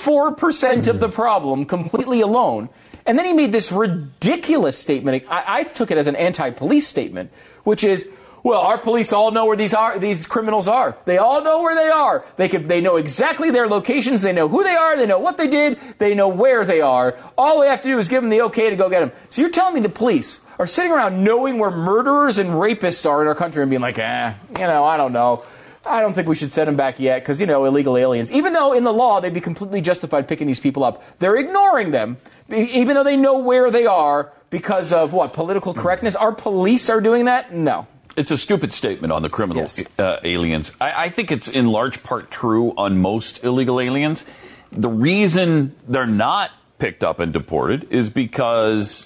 94% of the problem completely alone. And then he made this ridiculous statement. I, I took it as an anti police statement, which is, well, our police all know where these are. These criminals are. They all know where they are. They could. They know exactly their locations. They know who they are. They know what they did. They know where they are. All we have to do is give them the okay to go get them. So you're telling me the police are sitting around knowing where murderers and rapists are in our country and being like, eh, you know, I don't know. I don't think we should send them back yet because, you know, illegal aliens. Even though in the law they'd be completely justified picking these people up, they're ignoring them, e- even though they know where they are because of what? Political correctness? Our police are doing that? No. It's a stupid statement on the criminal Yes. uh, aliens. I, I think it's in large part true on most illegal aliens. The reason they're not picked up and deported is because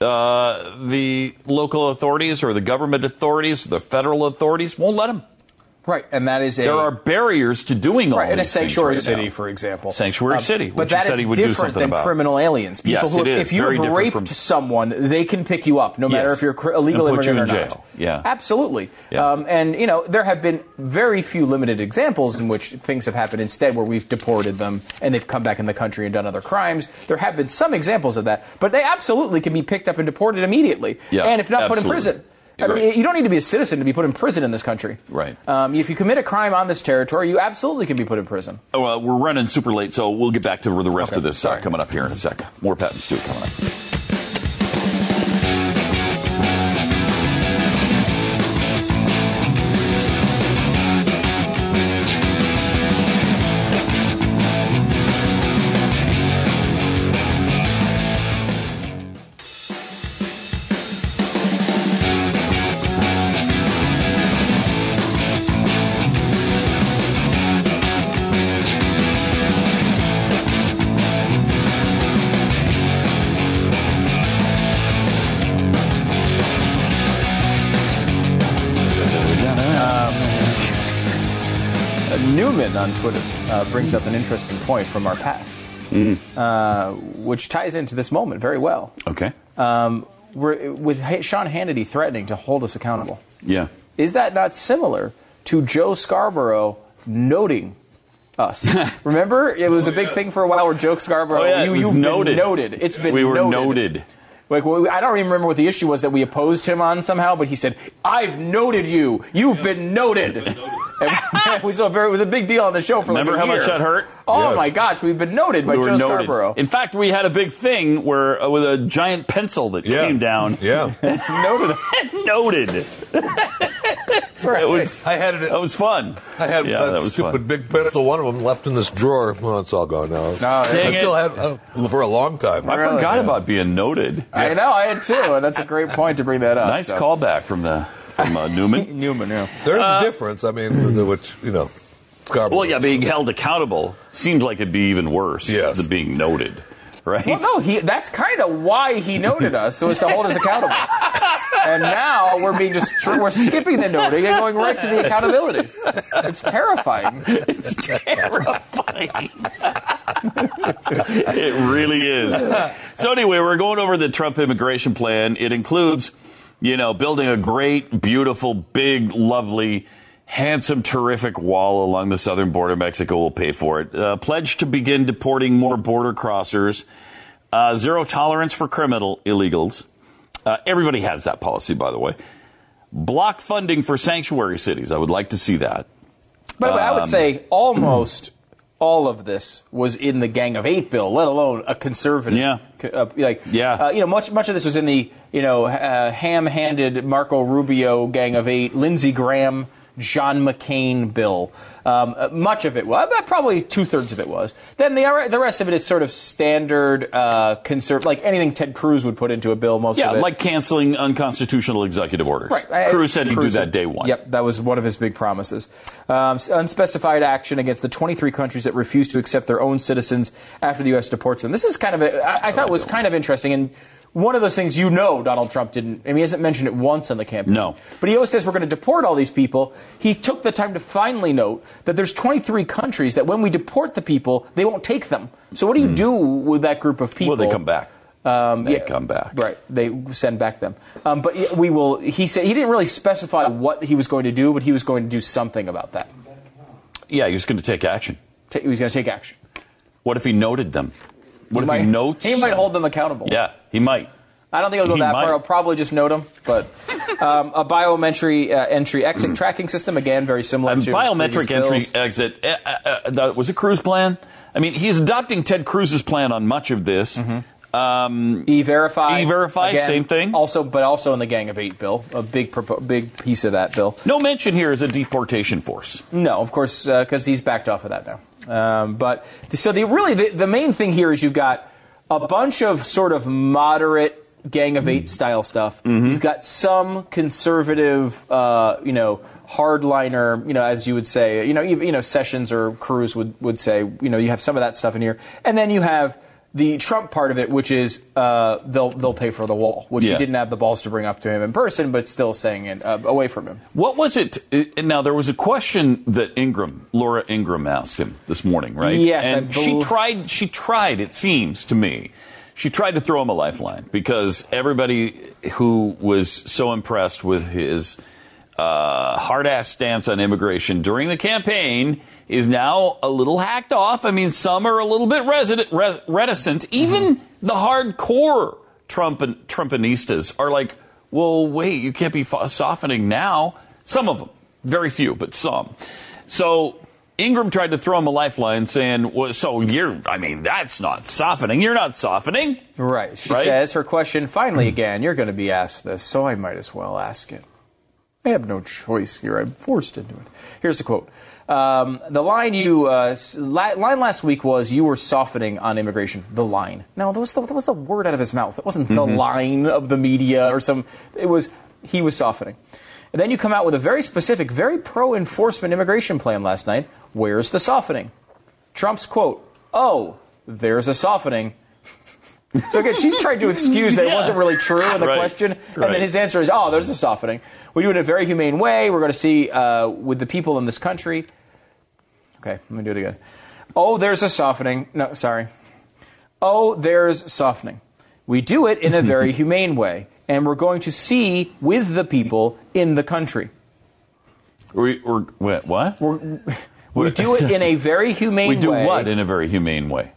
uh, the local authorities or the government authorities, the federal authorities won't let them. Right, and that is a There are barriers to doing all right in a these things sanctuary right city, now. for example, Um, Sanctuary city, But which you that is said he would do different something than about. criminal aliens. People Yes, who, it is. If you Very have different from- raped someone, they can pick you up, no matter Yes. if you're a cr- illegal And put you immigrant in or jail. not. Yeah. absolutely. Yeah. Um, and you know, there have been very few limited examples in which things have happened instead where we've deported them and they've come back in the country and done other crimes. There have been some examples of that, but they absolutely can be picked up and deported immediately, Yeah, and if not, put in absolutely. prison. I You're mean, right. you don't need to be a citizen to be put in prison in this country. Right. Um, if you commit a crime on this territory, you absolutely can be put in prison. Oh, uh, we're running super late, so we'll get back to the rest Okay, of this uh, sorry. coming up here in a sec. More Pat and Stu coming up. Uh, Newman on Twitter uh, brings up an interesting point from our past. uh, which ties into this moment very well. Mm-hmm. Okay. Um, we're, with Ha- Sean Hannity threatening to hold us accountable, Yeah. is that not similar to Joe Scarborough noting us? Remember, it was a big thing for a while where Joe Scarborough, you, Oh, it was you've been noted. It's been we were noted. noted. Like well, we- I don't even remember what the issue was that we opposed him on somehow, but he said, "I've noted you. You've been noted." And we saw very, it was a big deal on the show for Remember like a how much year. that hurt? Oh Yes. my gosh, we've been noted by we were Joe noted. Scarborough. In fact, we had a big thing where uh, with a giant pencil that Yeah. came down. Yeah. noted. noted. It That's right. was. I had it. That was fun. I had yeah, that, that was stupid fun. big pencil, one of them left in this drawer. Well, it's all gone now. I Dang still it. had uh, for a long time. I forgot Yeah. about being noted. I know. I had two, and that's a great point to bring that up. Nice so. callback from the from uh, Newman. Newman. Yeah. There's a difference. I mean, with the- which you know, Scarborough. uh, Well, yeah, being held accountable seemed like it'd be even worse Yes. than being noted, right? Well, no, he, that's kind of why he noted us, so as to hold us accountable. and now we're being just we're skipping the noting and going right to the accountability. It's terrifying. It's terrifying. it really is. So anyway, we're going over the Trump immigration plan. It includes, you know, building a great, beautiful, big, lovely, handsome, terrific wall along the southern border. Mexico will pay for it. Uh, pledge to begin deporting more border crossers. Uh, zero tolerance for criminal illegals. Uh, everybody has that policy, by the way. Block funding for sanctuary cities. I would like to see that. By the way, I Um, would say almost all of this was in the Gang of Eight bill, let alone a conservative. Yeah. c- Uh, like, Yeah. uh, you know, much much of this was in the you know uh, ham-handed Marco Rubio Gang of Eight, Lindsey Graham, John McCain bill. Um, uh, much of it was, about probably two thirds of it was. Then the ar- the rest of it is sort of standard uh, conserv, like anything Ted Cruz would put into a bill. Most Yeah, of it, like canceling unconstitutional executive orders. Right. I- Cruz said he'd Cruz do said- that day one. Yep, that was one of his big promises. Um, s- unspecified action against the 23 countries that refuse to accept their own citizens after the U.S. deports them. This is kind of, a, I, I thought it was kind of interesting. And one of those things you know Donald Trump didn't, I mean, he hasn't mentioned it once on the campaign. No. But he always says we're going to deport all these people. He took the time to finally note that there's 23 countries that when we deport the people, they won't take them. So what do you do with that group of people? Hmm. Well, they come back. Um, They come back. Right. They send back them. Um, but y- we will. He said he didn't really specify what he was going to do, but he was going to do something about that. Yeah, he was going to take action. Ta- he was going to take action. What if he noted them? What if might, he notes? he might them? hold them accountable. Yeah, he might. I don't think I'll go He that might. far. I'll probably just note them. But um, a biometric uh, entry exit tracking system again, very similar Mm. And to biometric previous entry bills. exit. eh, eh, eh, that was a Cruz plan. I mean, he's adopting Ted Cruz's plan on much of this. Mm-hmm. Um, E-verify. E-Verify, again, same thing. Also, but also in the Gang of Eight bill, a big propo- big piece of that bill. no mention here is a deportation force. No, of course, because he's backed off of that now. Um, but so the really the, the main thing here is you've got a bunch of sort of moderate Gang of Eight style stuff. You've got some conservative, uh, you know, hardliner, you know, as you would say, you know, you, you know, Sessions or Cruz would would say, you know, you have some of that stuff in here, and then you have. The Trump part of it, which is uh, they'll they'll pay for the wall, which Yeah. he didn't have the balls to bring up to him in person, but still saying it uh, away from him. What was it? eh, Now there was a question that Ingram, Laura Ingram, asked him this morning, right? Yes, I and she bel- tried. She tried. It seems to me, she tried to throw him a lifeline because everybody who was so impressed with his uh, hard-ass stance on immigration during the campaign is now a little hacked off. I mean, some are a little bit resident, re- reticent. Mm-hmm. Even the hardcore Trump and Trumpanistas are like, "Well, wait, you can't be fo- softening now." Some of them, very few, but some. So Ingram tried to throw him a lifeline, saying, well, "So you're, I mean, that's not softening. You're not softening." Right. She Right? says her question finally again, you're going to be asked this, so I might as well ask it. I have no choice here. I'm forced into it. Here's the quote. Um, the line you uh, s- li- line last week was you were softening on immigration. The line. Now that was the, that was a word out of his mouth. It wasn't the line of the media or some. It was he was softening. And then you come out with a very specific, very pro-enforcement immigration plan last night. Where's the softening? Trump's quote. Oh, there's a softening. So again, she's trying to excuse that Yeah. it wasn't really true in the Right. question, and Right. then his answer is, "Oh, there's a softening. We do it in a very humane way. We're going to see uh, with the people in this country." Okay, let me do it again. Oh, there's a softening. No, sorry. oh, there's softening. We do it in a very humane way, and we're going to see with the people in the country. We, we're, wait, what? We do it in a very humane we do way. what in a very humane way?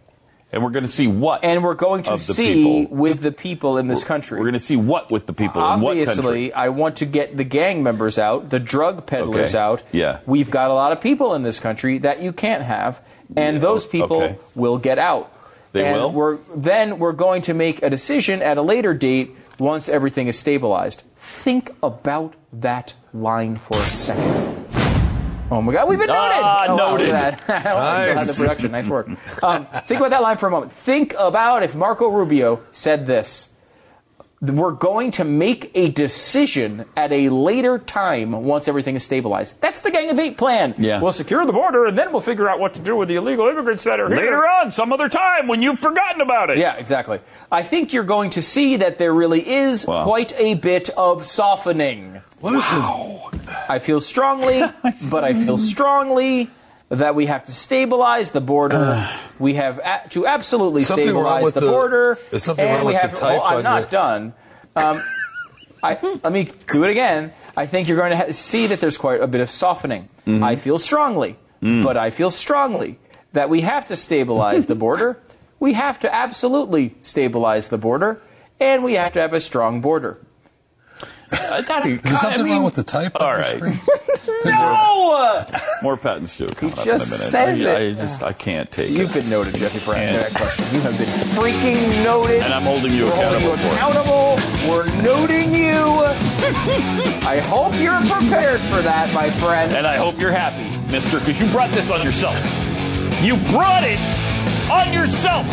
And we're going to see what? and we're going to of the see people. with the people in this country. We're going to see what with the people in what country? Obviously, I want to get the gang members out, the drug peddlers Okay. out. Yeah. We've got a lot of people in this country that you can't have, and Yeah, those o- people okay. will get out. They and will? We're, then we're going to make a decision at a later date once everything is stabilized. Think about that line for a second. Oh my God, we've been noted. Ah, oh, wow, look noted. at that. I like that. Nice. The production, nice work. Um, think about that line for a moment. Think about if Marco Rubio said this we're going to make a decision at a later time once everything is stabilized. That's the Gang of Eight plan. Yeah. We'll secure the border and then we'll figure out what to do with the illegal immigrants that are here. Later on, some other time when you've forgotten about it. Yeah, exactly. I think you're going to see that there really is Wow. quite a bit of softening. What is I feel strongly, but I feel strongly that we have to stabilize the border. we have a- to absolutely Something wrong stabilize with the, the- border. there's something and wrong we with have the to- type oh, I'm on not your- done. Um, I, let me do it again. I think you're going to ha- see that there's quite a bit of softening. Mm-hmm. I feel strongly, Mm. but I feel strongly that we have to stabilize the border. We have to absolutely stabilize the border, and we have to have a strong border. I thought he- There's I something mean, wrong with the type. All on the right. screen? Oh, uh, More patents to come up in a minute. just says I, I it. just I can't take You've it. been noted, Jeffy, for answering that question. You have been freaking noted. And I'm holding you We're holding you accountable for it. accountable. We're noting you. I hope you're prepared for that, my friend. And I hope you're happy, mister, because you brought this on yourself. You brought it on yourself.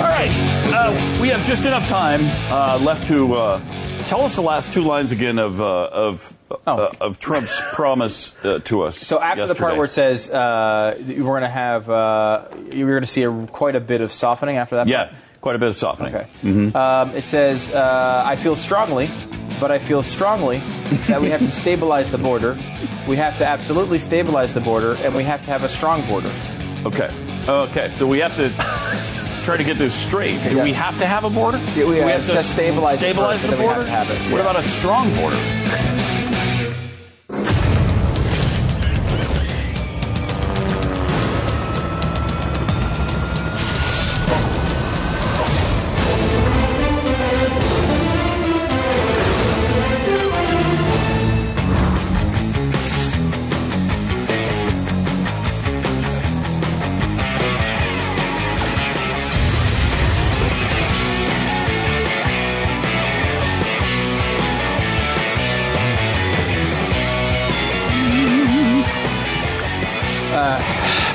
All right. Uh, we have just enough time uh, left to uh, tell us the last two lines again of uh, of uh, of Trump's promise uh, to us. Oh. So after the part yesterday. where it says uh, that you we're going to have, uh, you're going to see a, quite a bit of softening after that. yeah, Mm-hmm. quite a bit of softening. Part? Okay. Um, it says, uh, I feel strongly, but I feel strongly that we have to stabilize the border. We have to absolutely stabilize the border, and we have to have a strong border. Okay. Okay. So we have to try to get this straight. Do Yeah. we have to have a border? Yeah, we- it's just stabilize it stabilize first, the and then we border. have to have it. What Yeah. about a strong border?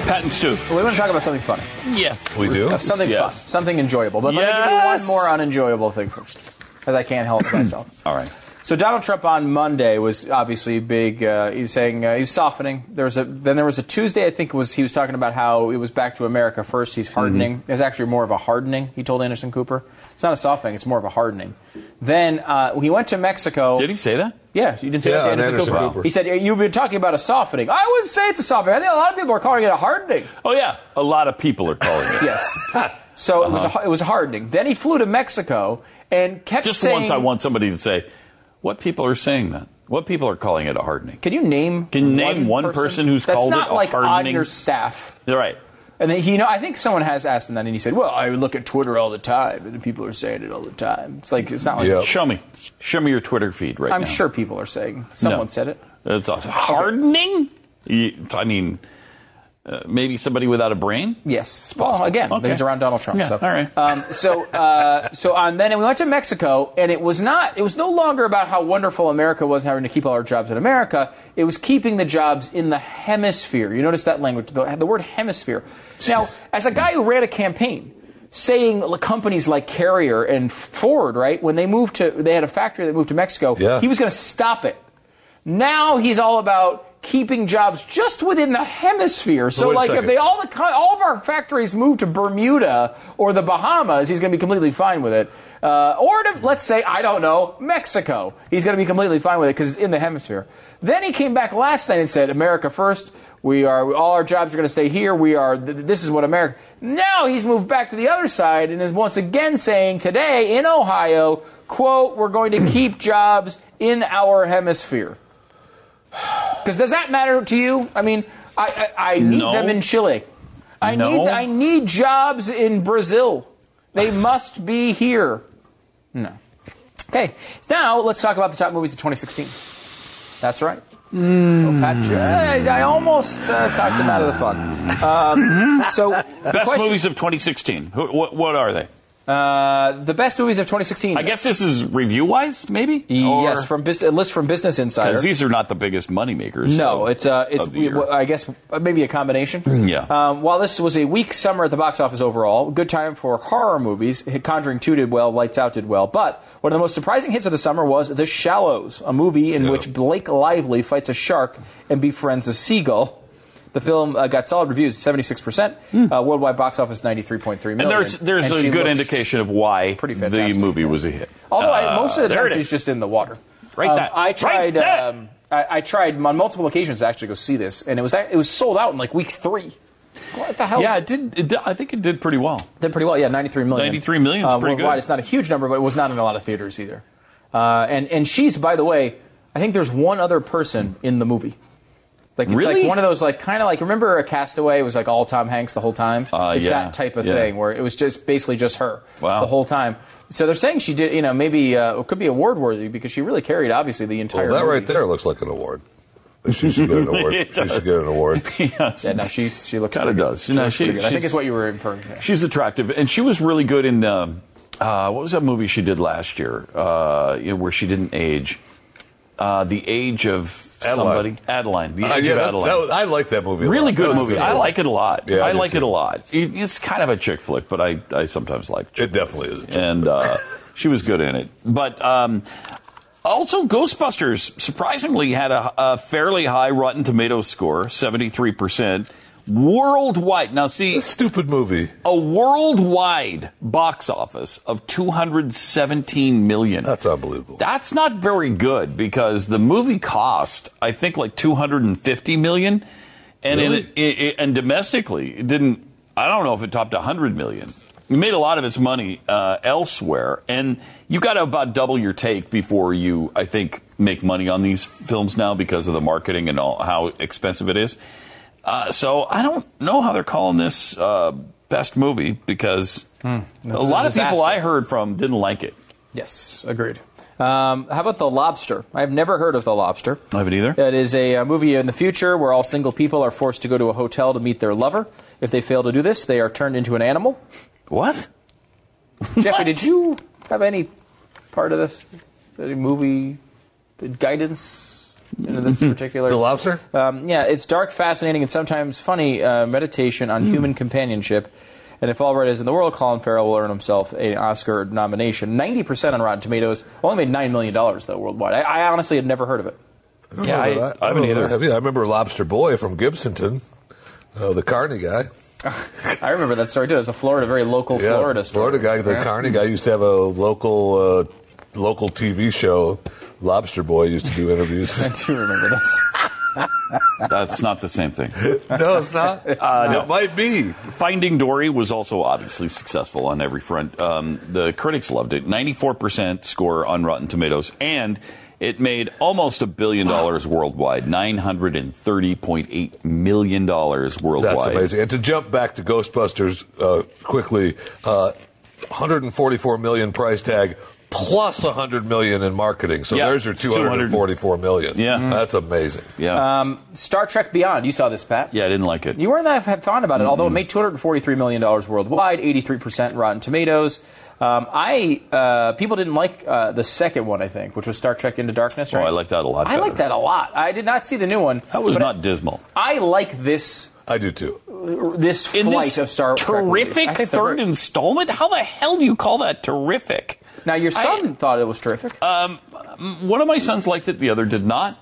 Pat and Stu. We want to talk about something funny. Yes. We do. Something Yes. fun, something enjoyable. But let me give you Yes. one more unenjoyable thing first, because I can't help myself. All right. So Donald Trump on Monday was obviously big. Uh, he was saying uh, he was softening. There was a then there was a Tuesday. I think was he was talking about how it was back to America first. He's hardening. It's actually more of a hardening. He told Anderson Cooper it's not a softening. It's more of a hardening. Then uh, he went to Mexico. Did he say that? Yeah, you didn't say Yeah, that to and Anderson, Anderson Cooper. Cooper. He said you've been talking about a softening. I wouldn't say it's a softening. I think a lot of people are calling it a hardening. Oh yeah. A lot of people are calling it. Yes. So it was Uh-huh. a, it was a hardening. Then he flew to Mexico and kept Just saying, once, I want somebody to say, "What people are saying that? What people are calling it a hardening?" Can you name? Can you name one person who's That's called it not a like on hardening? your staff? All right. And then he, you know, I think someone has asked him that, and he said, "Well, I look at Twitter all the time, and people are saying it all the time." It's like it's not like Yeah. Show me. Show me your Twitter feed right I'm now. sure people are saying. Someone No. said it. It's awesome. hardening. You- I mean, uh, maybe somebody without a brain. Yes. possible. Well, again, Oh, Okay. he's around Donald Trump. Yeah, so. all right. Um, so, uh, so on then, and we went to Mexico, and it was not. It was no longer about how wonderful America was and having to keep all our jobs in America. It was keeping the jobs in the hemisphere. You notice that language, the, the word hemisphere. Now, as a guy who ran a campaign. Saying l- companies like Carrier and Ford, right? When they moved to, they had a factory that moved to Mexico. Yeah. He was going to stop it. Now he's all about keeping jobs just within the hemisphere. So, wait a like, if second. they all the co- all of our factories move to Bermuda or the Bahamas, he's going to be completely fine with it. Uh, or to, let's say, I don't know, Mexico. He's going to be completely fine with it because it's in the hemisphere. Then he came back last night and said, "America first. We are all our jobs are going to stay here. We are. Th- th- this is what America." Now he's moved back to the other side and is once again saying today in Ohio, "quote We're going to keep jobs in our hemisphere." Because does that matter to you? I mean, I, I, I need No. them in Chile. I No. need I need jobs in Brazil. They must be here. No. Okay. Now let's talk about the top movies of 2016. That's right. Hmm. So Pat Jo- I, I almost uh, talked him out of the fuck. Um, so the Best question- movies of 2016. Who, what, what are they? Uh, the best movies of 2016. I guess this is review wise, maybe. Yes, from bus- a list from Business Insider. because these are not the biggest moneymakers. Um, No, of- it's uh, it's of the year. Mm, well, I guess uh, maybe a combination. Yeah. Um, while this was a weak summer at the box office overall, good time for horror movies. Conjuring Two did well, Lights Out did well, but one of the most surprising hits of the summer was The Shallows, a movie in Yeah. which Blake Lively fights a shark and befriends a seagull. The film uh, got solid reviews, seventy six percent uh, worldwide box office, ninety three point three Hmm. and million. there's there's And a she good looks- indication of why pretty the fantastic. movie was a hit. Although Uh, I, most of the there time it she's is. just in the water. Right Um, that. I Right tried. that. um, I, I tried on multiple occasions to actually go see this, and it was it was sold out in like week three. What the hell? yeah, is- it did, it did. I think it did pretty well. did pretty well. Yeah, ninety three million. 93 million is uh, pretty worldwide. good. It's not a huge number, but it was not in a lot of theaters either. Uh, and and she's by the way, I think there's one other person in the movie. Like it's Really? like one of those like kind of like remember a Castaway was like all Tom Hanks the whole time. Uh, it's yeah, that type of yeah. thing where it was just basically just her Wow. the whole time. So they're saying she did, you know, maybe uh, it could be award worthy because she really carried obviously the entire. Well, that right movie. there looks like an award. She should get an award. It She does. should get an award. yes, Yeah, no, she's she looks Kinda pretty good. does. No, looks she- pretty good. I think she's- it's what you were inferring. yeah. she's attractive, and she was really good in um, uh, what was that movie she did last year, uh, you know, where she didn't age. Uh, the age of Adeline. somebody, Adeline. The Uh, age yeah, of that- Adeline. that was- I like that movie. a Really lot. That good was a movie. I one. like it a lot. Yeah, I I do like too. it a lot. It- It's kind of a chick flick, but I, I sometimes like chick It definitely is. a joke. and uh, she was good in it. But um, also, Ghostbusters surprisingly had a, a fairly high Rotten Tomatoes score, seventy three percent worldwide. Now, see It's a stupid movie. a worldwide box office of two hundred seventeen million. That's unbelievable. That's not very good because the movie cost, I think, like two hundred and fifty million, and in- Really? i i and domestically, it didn't. I don't know if it topped hundred million. It made a lot of its money uh, elsewhere, and you got to about double your take before you, I think, make money on these films now because of the marketing and all how expensive it is. Uh, so I don't know how they're calling this uh, best movie because a lot Hmm. of a people disaster. I heard from didn't like it. Yes, agreed. Um, how about The Lobster? I've never heard of The Lobster. I haven't either. It is a, uh movie in the future where all single people are forced to go to a hotel to meet their lover. If they fail to do this, they are turned into an animal. What? Jeffrey, did you have any part of this any movie guidance into this Mm-hmm. particular? The Lobster? Um, yeah, it's dark, fascinating, and sometimes funny uh, meditation on human companionship. And if all right is in the world, Colin Farrell will earn himself an Oscar nomination. Ninety percent on Rotten Tomatoes. Only made nine million dollars though worldwide. I, I honestly had never heard of it. Yeah, I- don't I haven't know either. that. I remember Lobster Boy from Gibsonton, uh, the Carney guy. I remember that story too. It's a Florida, very local Yeah, Florida story. Florida guy, the Yeah. Carney guy used to have a local uh, local TV show. Lobster Boy used to do interviews. I do remember this. That's not the same thing. no, it's not. Uh, no. It might be. Finding Dory was also obviously successful on every front. Um, the critics loved it. 94% score on Rotten Tomatoes, and it made almost a billion dollars worldwide. $930.8 million dollars worldwide. That's amazing. And to jump back to Ghostbusters uh, quickly, uh, 144 million price tag plus 100 million in marketing. So Yeah, there's your it's 200. 244 million. Yeah. Mm. that's amazing. Yeah. Um, Star Trek Beyond. You saw this, Pat? yeah, I didn't like it. You weren't that fond about it, although it made $243 million worldwide, 83% Rotten Tomatoes. Um, I uh, people didn't like uh, the second one, I think, which was Star Trek Into Darkness. Oh, Right? I like that a lot I like better. that a lot. I did not see the new one. That was but not dismal. I like this I do too. this In flight this of Star Trek movies. terrific I think they're third great. installment? How the hell do you call that terrific? Now your I- Uh, son thought it was terrific. Um, one of my sons liked it, the other did not.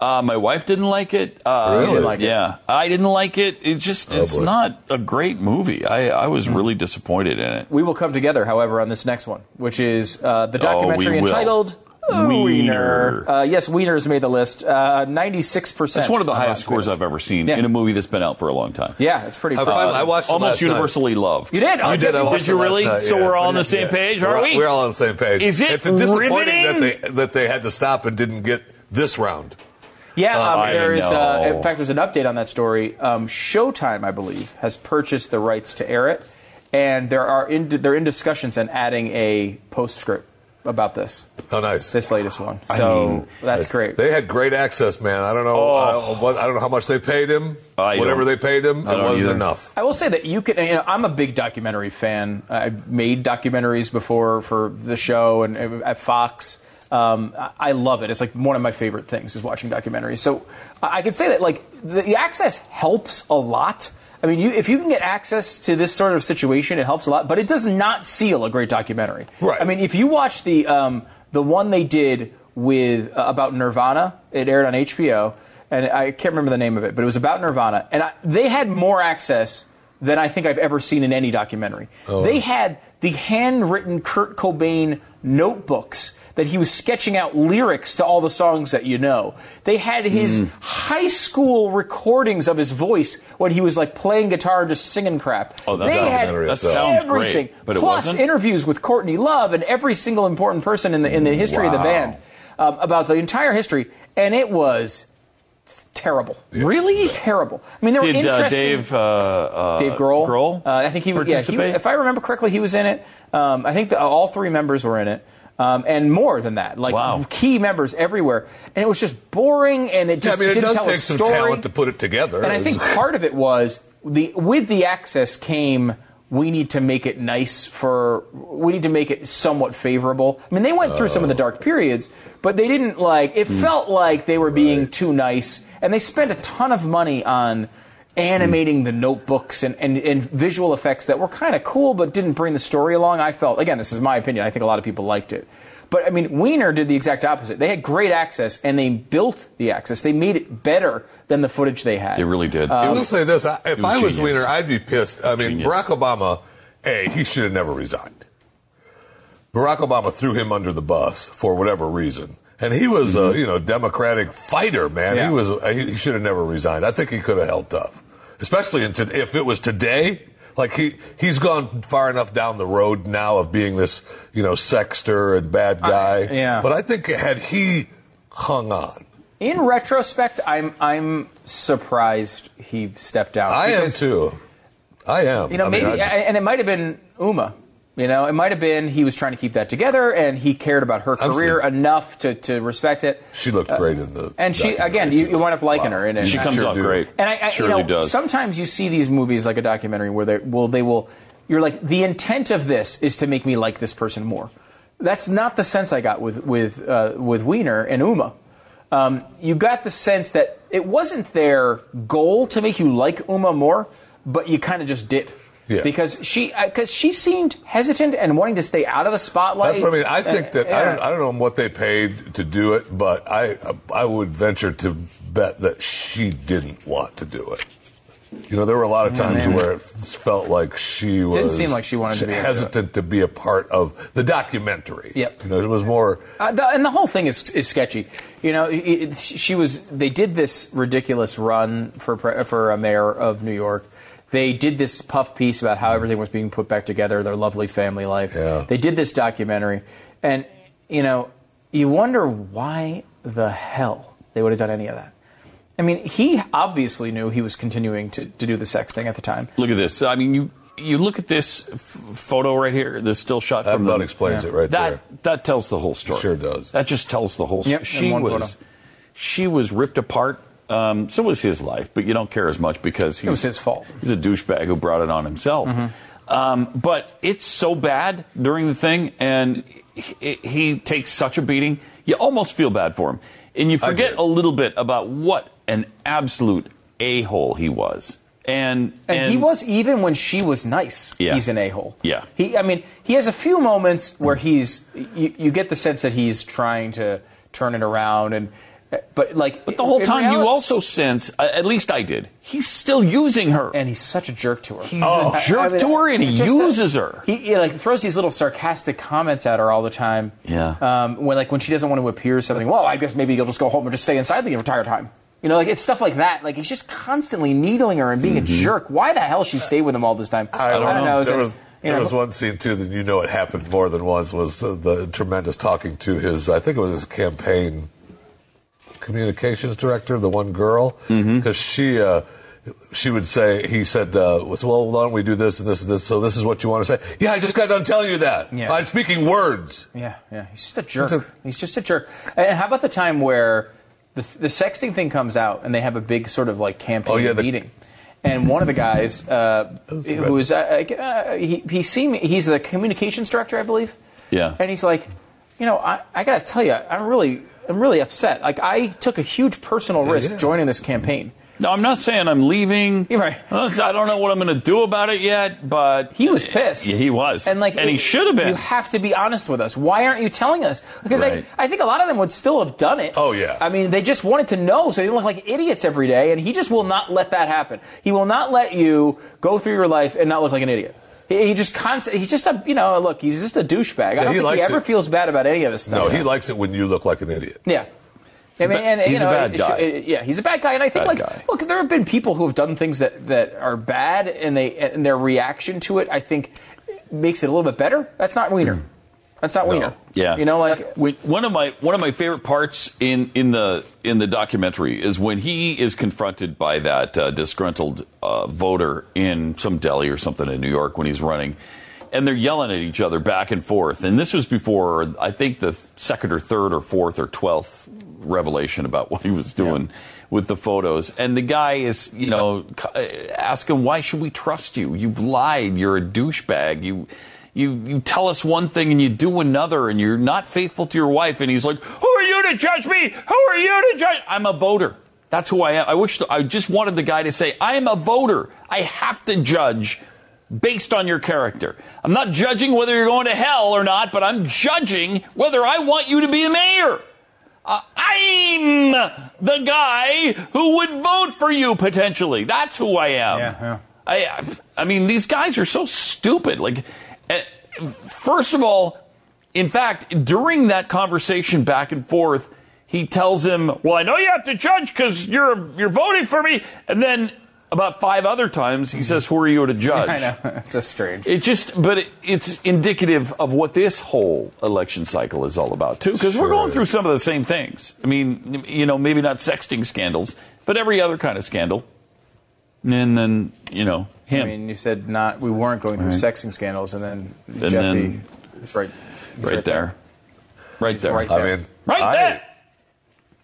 Uh, my wife didn't like it. Uh, Really? You didn't like it? yeah, I didn't like it. It just Oh, it's boy. Hmm. not a great movie. I, I was really disappointed in it. We will come together, however, on this next one, which is uh, the documentary Oh, we will. entitled Wiener. Uh, yes, Wiener's made the list. Uh, 96%. It's one of the on Rotten highest scores Tomatoes. I've ever seen Yeah. in a movie that's been out for a long time. Yeah, it's pretty I, fun. finally, I watched it last Uh, Almost night. universally loved. You did? Oh, I did. I watched Did you it last really? night, so yeah. we're all on the same page, We're are all- we? We're all on the same page. Is it It's disappointing riveting? that they that they had to stop and didn't get this round. Yeah, Uh, um, I there is. didn't Uh, know. in fact, there's an update on that story. Um, Showtime, I believe, has purchased the rights to air it, and there are in, they're in discussions and adding a postscript about this Oh, nice. this latest one. So mean, that's great. They had great access, man. I don't know. I, don't, what, I don't know how much they paid him. Oh. I Whatever don't- they paid him, I it don't wasn't either. enough. I will say that you can. You know, I'm a big documentary fan. I've made documentaries before for the show and and at Fox. Um, I- I love it. It's like one of my favorite things is watching documentaries. So I I can say that like the, the access helps a lot. I mean, you, if you can get access to this sort of situation, it helps a lot. But it does not seal a great documentary. Right. I mean, if you watch the um, the one they did with uh, about Nirvana, it aired on HBO, and I can't remember the name of it, but it was about Nirvana, and I, they had more access than I think I've ever seen in any documentary. They had the handwritten Kurt Cobain notebooks that he was sketching out lyrics to all the songs that you know. They had his high school recordings of his voice when he was like playing guitar and just singing crap. Oh, that they had documentary that itself. sounds everything. great, but it Plus, wasn't. interviews with Courtney Love and every single important person in the in the history of the Wow. band um, about the entire history, and it was terrible. Really terrible. I mean, there were Did interesting. uh, Dave uh, uh, Dave Grohl. Grohl Uh, I think he. was. Yeah, he, participate? if I remember correctly, he was in it. Um, I think the, all three members were in it. Um, and more than that, like Wow. key members everywhere, and it was just boring, and it Yeah, I just mean, it didn't does tell take a some story. talent to put it together. And I think part of it was the with the access came we need to make it nice for we need to make it somewhat favorable. I mean, they went through some of the dark periods, but they didn't like it felt like they were being too nice and they spent a ton of money on animating the notebooks and, and, and visual effects that were kind of cool but didn't bring the story along i felt again this is my opinion i think a lot of people liked it but I mean, Wiener did the exact opposite. They had great access, and they built the access. They made it better than the footage they had. They really did. I Um, will say this: I, if was I was genius. Wiener, I'd be pissed. I mean, Genius. Barack Obama, a he should have never resigned. Barack Obama threw him under the bus for whatever reason, and he was a you know Democratic fighter, Mm-hmm. man. Yeah. He was uh, he, he should have never resigned. I think he could have held up, especially in to, if it was today. Like he he's gone far enough down the road now of being this you know sexter and bad guy. yeah. But I think had he hung on, In retrospect, I'm I'm surprised he stepped down. I am Because, too. I am. You know, I mean, maybe, I just- and it might have been Uma. You know, it might have been he was trying to keep that together, and he cared about her I'm career sure. enough to, to respect it. Uh, She looked great in the. And she documentary, again, you, too. you wind up liking Wow. her in it. she comes sure off do. great. And I, I surely you know, does. sometimes you see these movies like a documentary where they will they will you're like the intent of this is to make me like this person more. That's not the sense I got with with uh, with Wiener and Uma. Um, you got the sense that it wasn't their goal to make you like Uma more, but you kind of just did. Yeah. Because she, because she seemed hesitant and wanting to stay out of the spotlight. That's what I mean. I think And- that I, don't, yeah. I don't know what they paid to do it, but I I would venture to bet that she didn't want to do it. You know, there were a lot of times man. where it felt like she was Mm-hmm. seem like she wanted to be able to do it. hesitant to be a part of the documentary. Yep. You know, it was more. Uh, the, and the whole thing is, is sketchy. You know, it, it, she was. They did this ridiculous run for pre- for a mayor of New York. They did this puff piece about how everything was being put back together, their lovely family life. Yeah. They did this documentary, and you know, you wonder why the hell they would have done any of that. I mean, he obviously knew he was continuing to, to do the sex thing at the time. look at this. I mean, you you look at this f- photo right here, this still shot That from about the- explains it right that there. that tells the whole story. Sure does. That just tells the whole story. Yep, in she one was photo. she was ripped apart. Um, so was his life, but you don't care as much because he's, was his fault. Mm-hmm. He's a douchebag who brought it on himself. Um, but it's so bad during the thing, and he, he takes such a beating. You almost feel bad for him, and you forget agree. a little bit about what an absolute a hole he was. And, And, he was even when she was nice. Yeah. He's an a hole. Yeah. He. I mean, he has a few moments where he's. You, you get the sense that he's trying to turn it around, and But like, But the whole time, you also sense, uh, at least I did, he's still using her. and he's such a jerk to her. He's a jerk to her and he just, uh, uses her. He, he like throws these little sarcastic comments at her all the time. Yeah. Um, when like when she doesn't want to appear or something. Well, I guess maybe you'll just go home and just stay inside the entire time. You know, like it's stuff like that. Like he's just constantly needling her and being a jerk. Why the hell she stayed with him all this time? I don't, know. Is There it- was, you there know, was one scene too that you know it happened more than once was uh, the tremendous talking to his I think it was his campaign communications director, the one girl, because Mm-hmm. she. Uh, she would say, he said, uh, was, well, why don't we do this and this and this? So this is what you want to say. Yeah, I just got done telling you that. Yeah. I'm speaking words. Yeah, yeah. He's just a jerk. He's just a jerk. And how about the time where the, the sexting thing comes out and they have a big sort of like campaign Oh, yeah, the- meeting? And one of the guys, uh, was who red. was uh, uh, he, he seemed he's the communications director, I believe. Yeah. And he's like, you know, I, I gotta tell you, I'm really, I'm really upset. Like, I took a huge personal risk yeah. joining this campaign. No, I'm not saying I'm leaving. You're right. I don't know what I'm going to do about it yet, but He was pissed. Yeah, he was, And like, and he it- should have been. You have to be honest with us. Why aren't you telling us? Because Right. I, I think a lot of them would still have done it. Oh, yeah. I mean, they just wanted to know, so they look like idiots every day. And he just will not let that happen. He will not let you go through your life and not look like an idiot. He, he just constant. He's just a you know look. He's just a douchebag. I he don't think he likes ever it. feels bad about any of this stuff. No, he likes it when you look like an idiot. Yeah. I mean, ba- and, he's you a know, bad it- guy. it- yeah, he's a bad guy, and I think Bad like, guy. look, there have been people who have done things that, that are bad, and they and their reaction to it, I think, makes it a little bit better. That's not Wiener. That's not Wiener. Hmm. Yeah, you know, like When- one of my one of my favorite parts in in the in the documentary is when he is confronted by that uh, disgruntled uh, voter in some deli or something in New York when he's running, and they're yelling at each other back and forth. And this was before I think the second or third or fourth or twelfth revelation about what he was doing with the photos. And the guy is, you know, c- asking, "Why should we trust you? You've lied. You're a douchebag. You." you you tell us one thing and you do another and you're not faithful to your wife and he's like who are you to judge me who are you to judge i'm a voter that's who i am i wish i just wanted the guy to say i'm a voter i have to judge based on your character i'm not judging whether you're going to hell or not but i'm judging whether i want you to be the mayor uh, i'm the guy who would vote for you potentially that's who i am Yeah, yeah. I, I mean, these guys are so stupid. Like, eh, first of all, in fact, during that conversation back and forth, he tells him, "Well, I know you have to judge because you're you're voting for me," and then about five other times he says, "Who are you to judge?" Mm-hmm. I know it's so strange. It just, but it, it's indicative of what this whole election cycle is all about, too, because we're Sure going through is. some of the same things. I mean, you know, maybe not sexting scandals, but every other kind of scandal. And then, you know, him. I mean, you said not we weren't going through sexing scandals, and then Jeffy then- is right, he's Right there. Right there. Right Right there. there. I mean, I,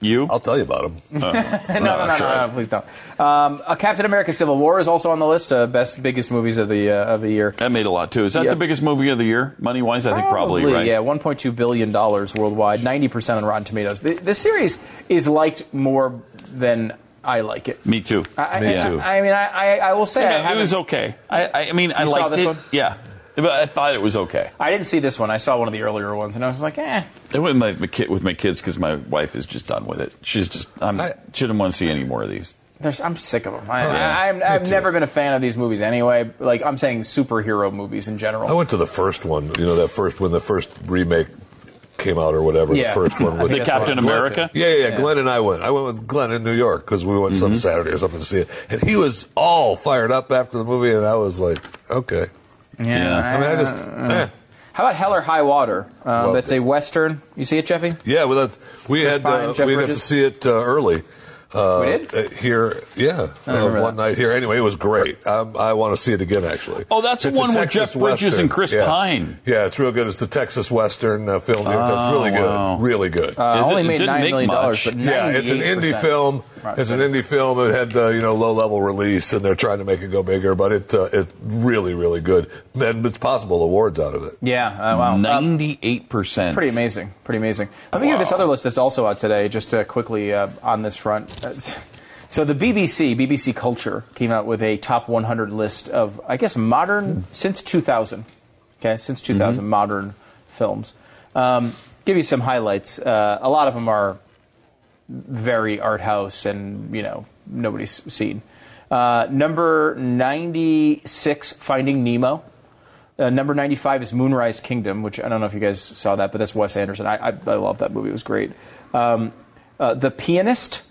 You? I'll tell you about him. Uh, no, no, no, no, no, please don't. Um, uh, Captain America: Civil War is also on the list of best biggest movies of the uh, of the year. that made a lot, too. Is that Yeah. the biggest movie of the year? Money wise, I think probably, right? Yeah, 1.2 billion dollars worldwide, 90% on Rotten Tomatoes. The, the series is liked more than I like it. Me, too. I, Me I, too. I, mean, I, I, I will say I, it haven't- was okay. I, I I mean, I You liked saw this it. one? Yeah. But I thought it was okay. I didn't see this one. I saw one of the earlier ones, and I was like, eh. I went with my, my kid with my kids because my wife is just done with it. She's just I'm, I- she didn't want to see any more of these. There's, I'm sick of them. I, Yeah. I, I'm, I've too. never been a fan of these movies anyway. Like I'm saying, superhero movies in I general. went to the first one, you know, that first, when the first remake came out or whatever, Yeah. the first one with The that's Captain what I'm America. Yeah, yeah, yeah. Glenn and I went. I went with Glenn in New York because we went some Saturday or something to see it, and he was all fired up after the movie, and I was like, okay. Yeah. I mean, I just Uh, eh. How about Hell or High Water? Um, Loved that's it. a western. You see it, Jeffy? yeah. Well, that, we had Pine, uh, Jeff we had to Bridges. see it uh, early. Uh, We did? uh, here, yeah, uh, remember one that. night here. Anyway, it was great. Um, I want to see it again, actually. Oh, that's the It's a one with Texas Jeff Bridges Western. and Chris yeah. Pine. Oh, Yeah, it's real good. It's the Texas Western uh, film. that's really good. wow. Really good. Uh, Is it- only it made didn't nine make million dollars, much. but Yeah, it's an indie 98%. film. Right, it's an so- indie film. It had uh, you know low level release, and they're trying to make it go bigger, but it uh, it really really good, and it's possible awards out of it. Yeah, uh, wow. Um, Ninety-eight percent. Pretty amazing. Pretty amazing. Let me give you this other list that's also out today, just uh, quickly uh, on this front. That's- So the BBC, BBC Culture, came out with a top 100 list of, I guess, modern since 2000. Okay, since 2000, modern films. Um, give you some highlights. Uh, a lot of them are very art house and you know nobody's seen. Uh, number ninety six, Finding Nemo. Uh, number ninety five is Moonrise Kingdom, which I don't know if you guys saw that, but that's Wes Anderson. I I, I love that movie; it was great. Um, uh, the Pianist.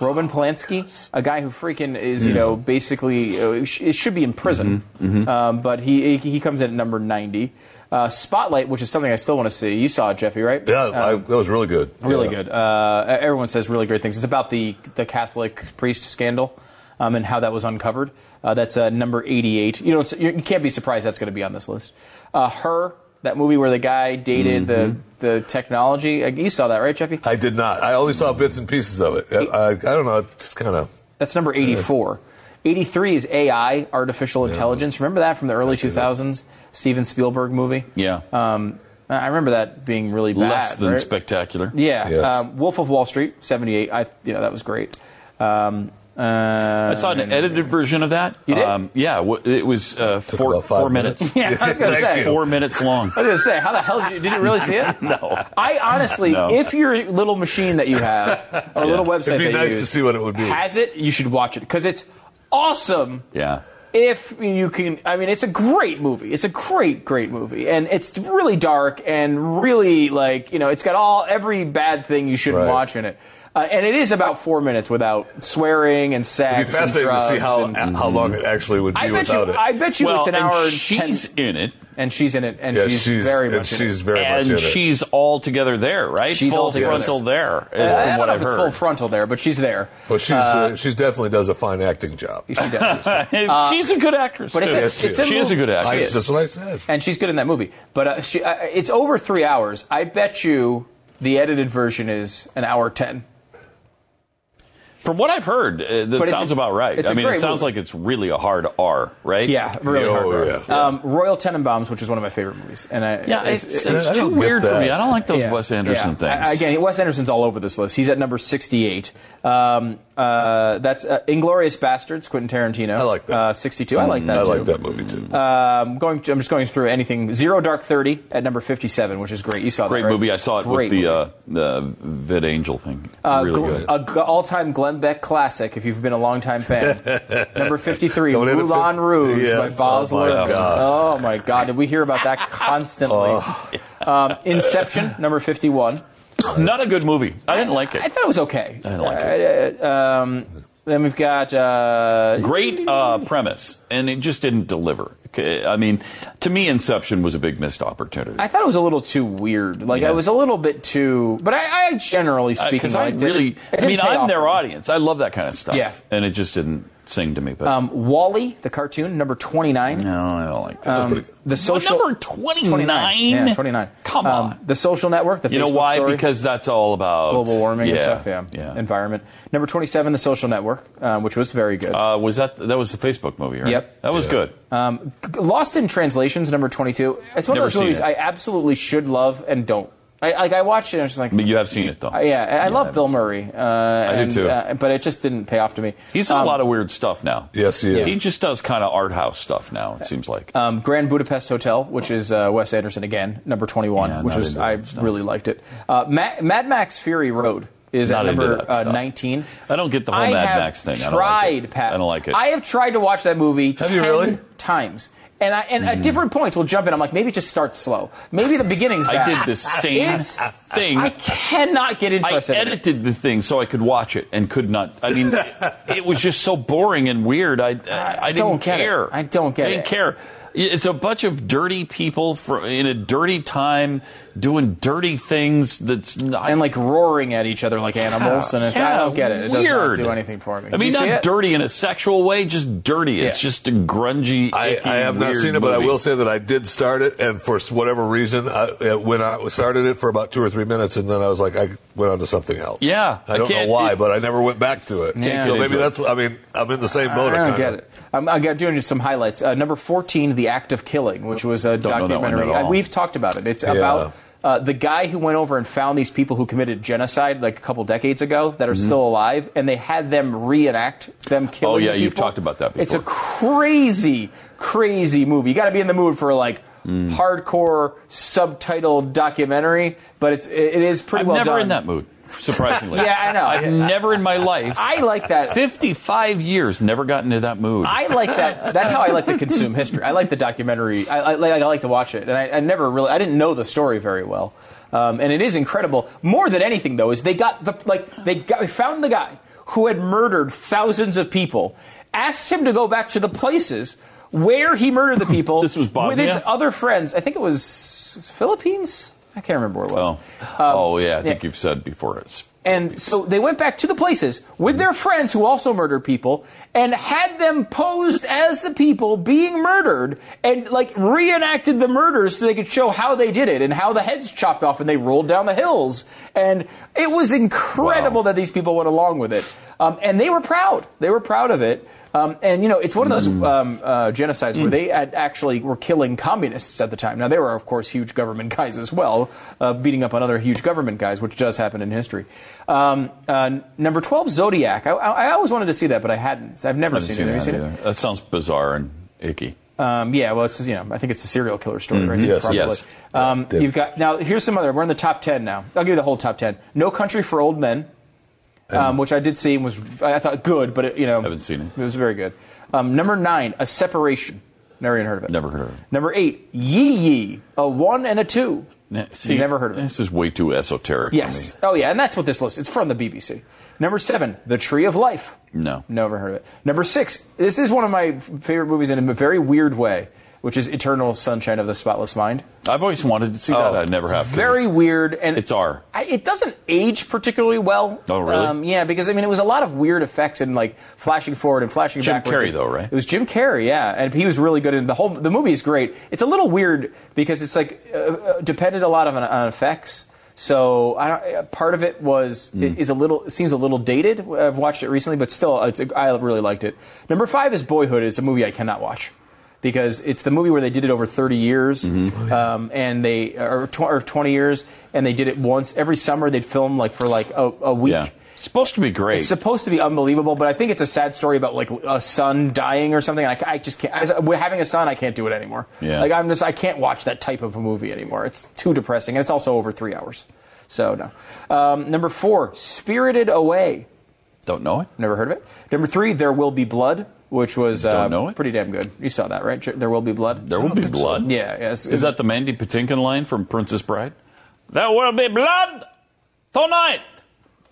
Roman Polanski, a guy who freaking is, you know, basically, uh, sh- it should be in prison, Um, but he he comes in at number 90. Uh, Spotlight, which is something I still want to see. You saw it, Jeffy, right? Yeah, Um, I, that was really good. really Yeah. good. Uh, everyone says really great things. It's about the the Catholic priest scandal um, and how that was uncovered. Uh, that's uh, number 88. You know, it's, you you can't be surprised that's going to be on this list. Uh, Her, that movie where the guy dated the the technology. Uh, You saw that, right, Jeffy? I did not. I only saw bits and pieces of it. I, I, I don't know. It's kind of. That's number 84. 83 is AI, artificial intelligence. Remember that from the early 2000s Steven Spielberg movie? Yeah. Um, I I remember that being really bad. Less than right? spectacular. Yeah. Yes. Um, Wolf of Wall Street, 78. I, you know, that was great. Um, uh, I saw an edited version of that. Um, You did? yeah, w- it was uh, four, about five four minutes. minutes. Yeah, I was going to Thank say. you. Four minutes long. I was going to say, how the hell did you, did you really see it? No. I honestly, No. if your little machine that you have, or little website It'd be that you nice to use see what it would be. has it, you should watch it because it's awesome. Yeah. if you can i mean it's a great movie it's a great great movie and it's really dark and really like you know it's got all every bad thing you shouldn't Right. watch in it uh, and it is about four minutes without swearing and sex and It'd be fascinating to drugs see how and- how long it actually would be I bet without you, it. I bet you well, it's an and hour and she's ten, in it, and she's in it, and yeah, she's, very and much in she's it. very much in and it. she's all together there, right? She's full all together. frontal there, is I from don't what know I've if it's full heard. frontal there, but she's there. Well, she's uh, she's definitely does a fine acting job. She does. she's a good actress. Uh, but it's too. a- Yes, she it's a is. She is a good movie. actress. I, is. That's what I said. and she's good in that movie. But uh, she, uh, it's over three hours. I bet you the edited version is an hour ten. From what I've heard, uh, that But it's sounds a- about right. it's a I mean, great it sounds movie. like it's really a hard R, right? Yeah, really Oh, hard. yeah. rock. Um, Royal Tenenbaums, which is one of my favorite movies, and I, Yeah, it's, it's- it's, it's- I too don't get weird for that. me. I don't like those yeah, Wes Anderson yeah. things. I- again, Wes Anderson's all over this list. He's at number sixty-eight. Um, uh, that's uh, Inglorious Bastards, Quentin Tarantino. I like that. Mm, Uh, Sixty-two. I like that. I too. like that movie too. I'm going. I'm just going through anything. Zero Dark Thirty at number fifty-seven, which is great. You saw Great that, right? movie. I saw it Great with the movie. uh, the Vid Angel thing. Uh, really gl- good. A g- all-time Glenn Beck classic. If you've been a long-time fan, number fifty-three, Don't hit it Moulin fif- Rouge by Yes, Baz oh my Luhrmann. God. Oh my God! Did we hear about that constantly? Oh. um, Inception, number fifty-one. Not a good movie. I didn't like I it. thought it was okay. I didn't like it. Uh, um, then we've got uh, Great uh, premise, and it just didn't deliver. Okay, I mean, to me, Inception was a big missed opportunity. I thought it was a little too weird. Like Yeah. I was a little bit too. But I, I generally speaking, because Uh, I, liked it. really, It didn't I mean, pay I'm off for their me. audience. I love that kind of stuff. Yeah. and it just didn't sing to me. But Um, Wally, the cartoon, number twenty-nine. no, I don't like that. Um, the social number 29? Yeah, twenty nine. Come on. the social network. The you know Facebook why? story, Because that's all about global warming yeah, and stuff. Yeah. yeah. environment. Number twenty seven, the social network, uh, which was very good. Uh, was that that was the Facebook movie? Right? Yep. that was good. um, G- Lost in Translations, number twenty two. It's one Never of those movies seen it. I absolutely should love and don't. I, like I watched it, and I was just like, But you have seen it though. Uh, yeah, I- I love haven't Bill seen it. Murray. Uh, I do and, too. Uh, but it just didn't pay off to me. He's done Um, a lot of weird stuff now. Yes, he is. He just does kind of art house stuff now. It seems like. um, Grand Budapest Hotel, which is uh, Wes Anderson again, number 21, Yeah, which not was into I that stuff. really liked it. Uh, Ma- Mad Max Fury Road is Not at into number that uh, stuff. 19. I don't get the whole I Mad have Max thing. I Tried, don't like it. Pat. I don't like it. I have tried to watch that movie. Have you 10 really? Times. And, I, and Mm-hmm. at different points, we'll jump in. I'm like, maybe just start slow. Maybe the beginning's I bad. did the same It's- thing. I cannot get I interested. in it. edited the thing so I could watch it and could not. I mean, it, it was just so boring and weird. I I, I didn't don't get it. care. I don't get I didn't it. care. It's a bunch of dirty people for, in a dirty time doing dirty things. That's not, and like roaring at each other like animals. And it, I don't get it. It weird. doesn't do anything for me. I Did you mean, see not it? dirty in a sexual way, just dirty. It's Yeah. just a grungy. I, icky, I have not weird seen it, but I movie. will say that I did start it, and for whatever reason, I, uh, when I started it for about two or three minutes, and then I was like, I went on to something else. Yeah, I I don't know can't- why, it- but I never went back to it. Yeah. So Can't maybe do it. that's. I mean, I'm in the same boat. I don't kinda. get it. I'm, I'm doing just some highlights. Uh, number 14, The Act of Killing, which was a Don't know that one documentary. at all. Uh, We've talked about it. It's about uh, the guy who went over and found these people who committed genocide like a couple decades ago that are still alive, and they had them reenact them killing. Mm-hmm. Oh, yeah, the you've people. talked about that It's a before. crazy, crazy movie. You got to be in the mood for like. Mm. Hardcore subtitled documentary, but it's it, it is pretty I'm well never done. in that mood. surprisingly. Yeah, I know. I've Yeah. never in my life, I like that. 55 years, never gotten into that mood. I like that. That's how I like to consume history. I like the documentary. I, I, like- I like to watch it, and I, I never really. I didn't know the story very well, um, and it is incredible. More than anything, though, is they got the like they got, they found the guy who had murdered thousands of people, asked him to go back to the places where he murdered the people. This was Bosnia? with his other friends. I think it was Philippines. I can't remember where it was. oh. oh, yeah, I um, yeah. think you've said before. It's And so they went back to the places with their friends who also murdered people and had them posed as the people being murdered and like reenacted the murders so they could show how they did it and how the heads chopped off and they rolled down the hills. And it was incredible Wow. that these people went along with it. Um, and they were proud. They were proud of it. Um, and you know, it's one of those Mm. um, uh, genocides where they had actually were killing communists at the time. Now they were, of course, huge government guys as well, uh, beating up on other huge government guys, which does happen in history. Um, uh, number twelve, Zodiac. I, I, I always wanted to see that, but I hadn't. I've never I've seen, seen it. Have you that seen either. That sounds bizarre and icky. it? Um, yeah. Well, it's you know, I think it's a serial killer story, right? Yes, Probably. Mm-hmm. yes. Um, Yeah. you've got now. Here's some other. We're in the top ten now. I'll give you the whole top ten. No Country for Old Men, um, which I did see and was I thought good, but it, you know, Haven't seen it. It was very good. Um, number nine, A Separation. Never even heard of it. Never heard of it. Number eight, Yee Yee, a one and a two. Ne- see, never heard of it. This is way too esoteric Yes. for Oh yeah, and that's what this list. It's from the BBC. Number seven, The Tree of Life. me. No. Never heard of it. Number six. This is one of my f- favorite movies in a very weird way, which is Eternal Sunshine of the Spotless Mind. I've always wanted to see that. I never have. 'cause Oh. Very it's- weird, and It's R. I, it doesn't age particularly well. Um, Oh, really? yeah, because I mean, it was a lot of weird effects and like flashing forward and flashing Jim backwards. Carrey, though, right? It was Jim Carrey, yeah, and he was really good in the whole. The movie is great. It's a little weird because it's like uh, uh, depended a lot on, on effects. So I don't, uh, part of it was it is a little it seems a little dated. I've watched it recently, but still, it's, I really liked it. Number five is Boyhood. It's a movie I cannot watch because it's the movie where they did it over 30 years um, and they or, tw- or 20 years and they did it once every summer they'd film like for like a, a week Yeah. It's supposed to be great. It's supposed to be unbelievable, but I think it's a sad story about like a son dying or something. And I, I just can't. As, a- we're having a son, I can't do it anymore. Yeah. Like I'm just, I can't watch that type of a movie anymore. It's too depressing, and it's also over three hours. So no. Um, number four, Spirited Away. Don't know it. Never heard of it. Number three, There Will Be Blood, which was Don't uh, know it. pretty damn good. You saw that, right? There Will Be Blood. There will be blood. Yeah, yeah. it's- Is that the Mandy Patinkin line from Princess Bride? There will be blood tonight.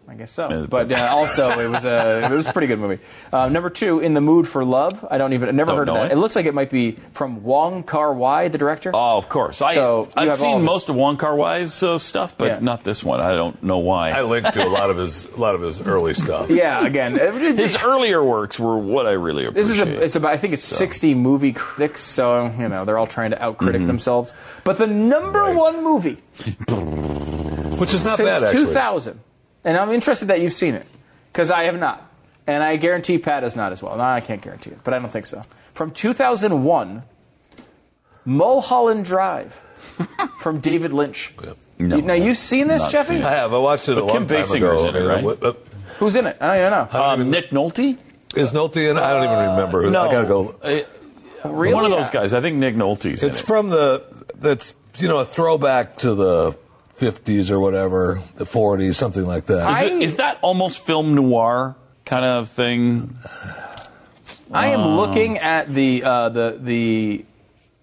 I guess so. Yeah, But uh, also, it was a it was a pretty good movie. Uh, number two, In the Mood for Love. I don't even I never Don't heard of know that. it. It. looks like it might be from Wong Kar Wai, the director. Oh, of course. I, So, you I've have all seen this- most of Wong Kar Wai's uh, stuff, but Yeah. not this one. I don't know why. I linked to a lot of his a lot of his early stuff. yeah, again, it- His earlier works were what I really appreciate. this is a, it's about I think it's So. sixty movie critics, so you know they're all trying to outcritic Mm-hmm. themselves. But the number Right. one movie which is not bad since actually. two thousand, and I'm interested that you've seen it because I have not, and I guarantee Pat is not as well. No, I can't guarantee it, but I don't think so. From two thousand one, Mulholland Drive, from David Lynch. No, now you've seen this, not Jeffy? seen I it. have. I watched it a But long Kim time Basinger's ago. in it, right? what- uh, Who's in it? I don't even know. Um, Nick Nolte? is Nolte in it? I don't even remember. who- I gotta go. I- Really? One of those guys. I think Nick Nolte's It's in it. from the. That's you know a throwback to the fifties or whatever, the forties, something like that. Is, it- is that almost film noir kind of thing? I Uh, am looking at the uh, the the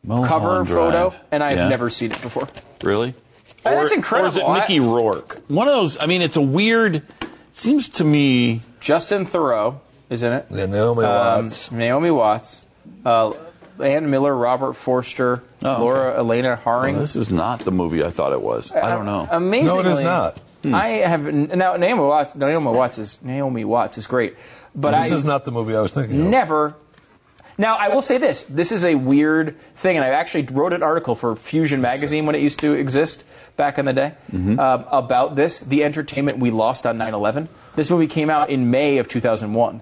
cover Mulholland photo, Drive. and I've Yeah. never seen it before. Really? Uh, that's Or is it incredible. I- Mickey Rourke? One of those. I mean, it's a weird. Seems to me. Justin Thoreau is in it. Yeah, Naomi Um, Watts. Naomi Watts, uh, Ann Miller, Robert Forster, Oh, okay. Laura Elena Haring. This is not the movie I thought it was. I don't know. Amazingly, Uh, No, it is not. Hmm. I have n- now Naomi Watts. Naomi Watts is Naomi Watts is great, but This I is not the movie I was thinking. of. never. Now I will say this: this is a weird thing, and I actually wrote an article for Fusion magazine when it used to exist back in the day Mm-hmm. uh, about this, the entertainment we lost on 9/11. This movie came out in May of 2001.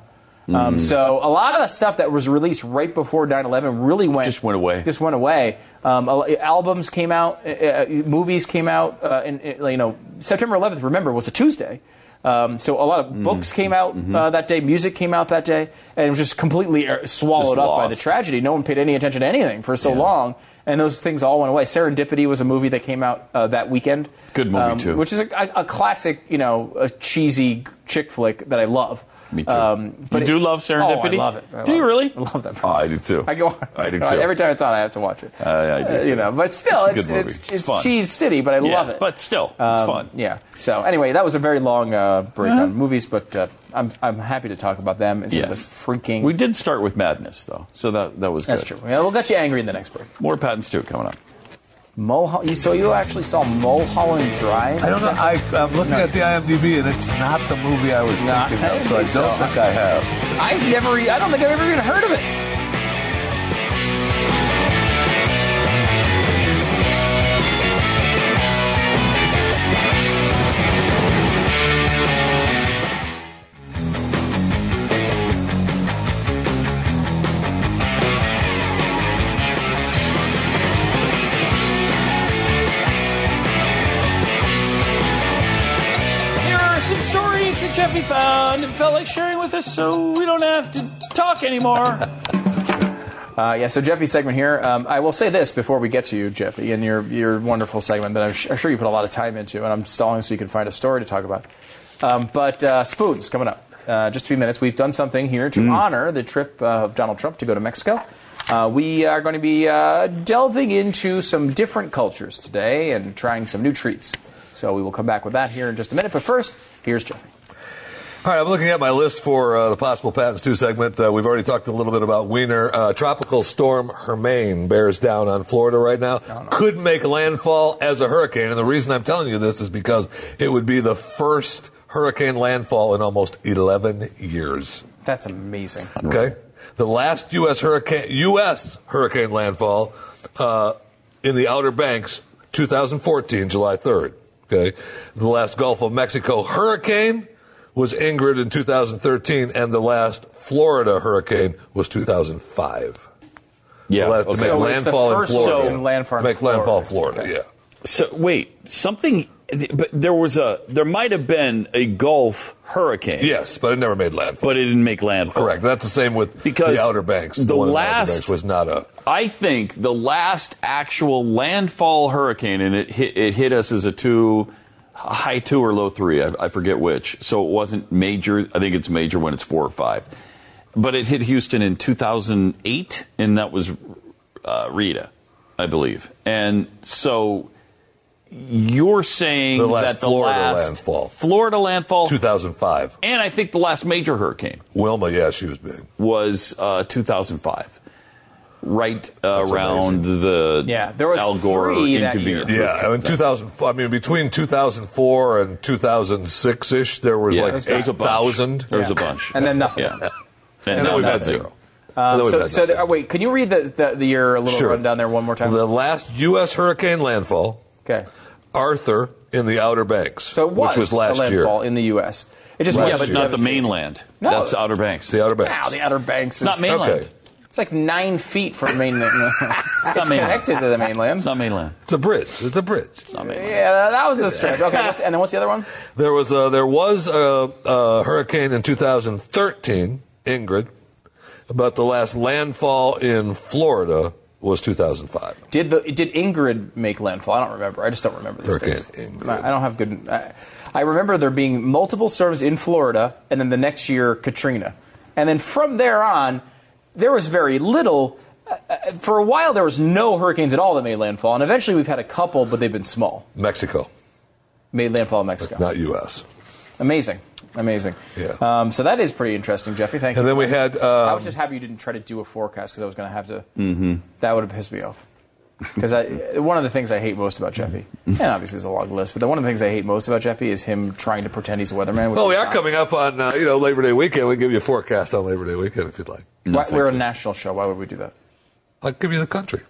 Mm. Um, so a lot of the stuff that was released right before 9/11 really went Just went away. Just went away. Um, al- albums came out, uh, uh, movies came out, uh, and uh, you know September 11th. Remember was a Tuesday. Um, so a lot Mm-hmm. of books came out uh, that day, music came out that day, and it was just completely er, swallowed Just up by lost. the tragedy. No one paid any attention to anything for so Yeah. long, and those things all went away. Serendipity was a movie that came out uh, that weekend. Um, Good movie, too. Which is a, a, a classic, you know, a cheesy chick flick that I love. Me too. but You do love Oh, I Serendipity? love it. I Do you love it. really? I love that. Oh, I do too. I go on. I do too. Every time it's on, I have to watch it. Uh, I do Uh, too. you know, but It's still, a it's it's, good movie. it's, It's fun. cheese city, but I Yeah, love it. But still, it's Um, fun. Uh-huh. Yeah. So anyway, that was a very long uh, break on movies, but uh, I'm I'm happy to talk about them instead Yes. of freaking. We did start with madness, though, so that that was That's good. true. Yeah, we'll get you angry in the next break. More patents too coming up. Mulho- you so you actually saw Mulholland Drive? I don't know. I, I'm looking at the IMDb, and it's not the movie I was No, I thinking didn't of, so I think don't so. think I have. I've never. e-, I don't think I've ever even heard of it. There are some stories that Jeffy found and felt like sharing with us, so we don't have to talk anymore. Uh, yeah. So Jeffy's segment here. Um, I will say this before we get to you, Jeffy, and your your wonderful segment that I'm, sh- I'm sure you put a lot of time into, and I'm stalling so you can find a story to talk about. Um, but uh, spoons coming up. Uh, just a few minutes. We've done something here Mm. to honor the trip uh, of Donald Trump to go to Mexico. Uh, we are going to be uh, delving into some different cultures today and trying some new treats. So we will come back with that here in just a minute. But first, here's Jeffy. All right, I'm looking at my list for uh, the possible patents two segment. Uh, we've already talked a little bit about Wiener. Uh, tropical storm Hermane bears down on Florida right now. Could make landfall as a hurricane, and the reason I'm telling you this is because it would be the first hurricane landfall in almost 11 years. That's amazing. Okay. The last U.S. hurricane U.S. hurricane landfall uh, in the Outer Banks, 2014, July 3rd. Okay. The last Gulf of Mexico hurricane was Ingrid in 2013, and the last Florida hurricane was 2005. Yeah. The last to okay. make So it's the landfall in first Florida. zone landfall in make landfall in Florida. Florida. Yeah. So wait, something. But there was a. There might have been a Gulf hurricane. Yes, but it never made landfall. But it didn't make landfall. Correct. That's the same with Because the Outer Banks. the one in last- Outer Banks was not a. I think the last actual landfall hurricane, and it hit, it hit us as a two, a high two or low three. I, I forget which. So it wasn't major. I think it's major when it's four or five. But it hit Houston in 2008, and that was uh, Rita, I believe. And so you're saying The last that the Florida last landfall. Florida landfall, 2005. and I think the last major hurricane Wilma, yeah, she was big. was uh, 2005, right That's around the Yeah, there was Al Gore three that inconvenience. year. Yeah, I mean, 2004. I mean, between 2004 and 2006 ish, there was Yeah, like there was a bunch. 8,000. There was a Yeah. bunch, And then nothing. yeah, and, And then now we've had nothing. zero. Um, And then we've so, had so nothing. there, oh, wait, can you read the, the, the your little Sure. rundown there one more time? The last U.S. hurricane landfall, okay. Arthur in the Outer Banks, So it was, which was a last year. landfall in the U.S. It just Last Yeah, wasn't but not the devastating. mainland. No. That's the Outer Banks. the Outer Banks. Wow, the Outer Banks is not mainland. Okay. It's like nine feet from mainland. it's not mainland. connected to the mainland. It's not mainland. It's a bridge. It's a bridge. It's not mainland. yeah, that- that was a stretch. Okay, what's, and then what's the other one? There was a, there was a, a hurricane in 2013, Ingrid, but the last landfall in Florida was 2005. Did the did Ingrid make landfall? I don't remember. I just don't remember these Hurricane things. Ingrid. I, I don't have good. I, I remember there being multiple storms in Florida, and then the next year Katrina, and then from there on, there was very little. Uh, uh, for a while, there was no hurricanes at all that made landfall, and eventually we've had a couple, but they've been small. Mexico, Made landfall in Mexico. not U.S. Amazing, amazing. Yeah. Um, so that is pretty interesting, Jeffy. Thank you. And then we had. I Uh, was just happy you didn't try to do a forecast because I was going to have to. That would have pissed me off. Because one of the things I hate most about Jeffy, and obviously it's a long list, but one of the things I hate most about Jeffy is him trying to pretend he's a weatherman. which well, we he's are not. coming up on uh, you know Labor Day weekend. We can give you a forecast on Labor Day weekend if you'd like. Why, we're a national show. Why would we do that? I'll give you the country.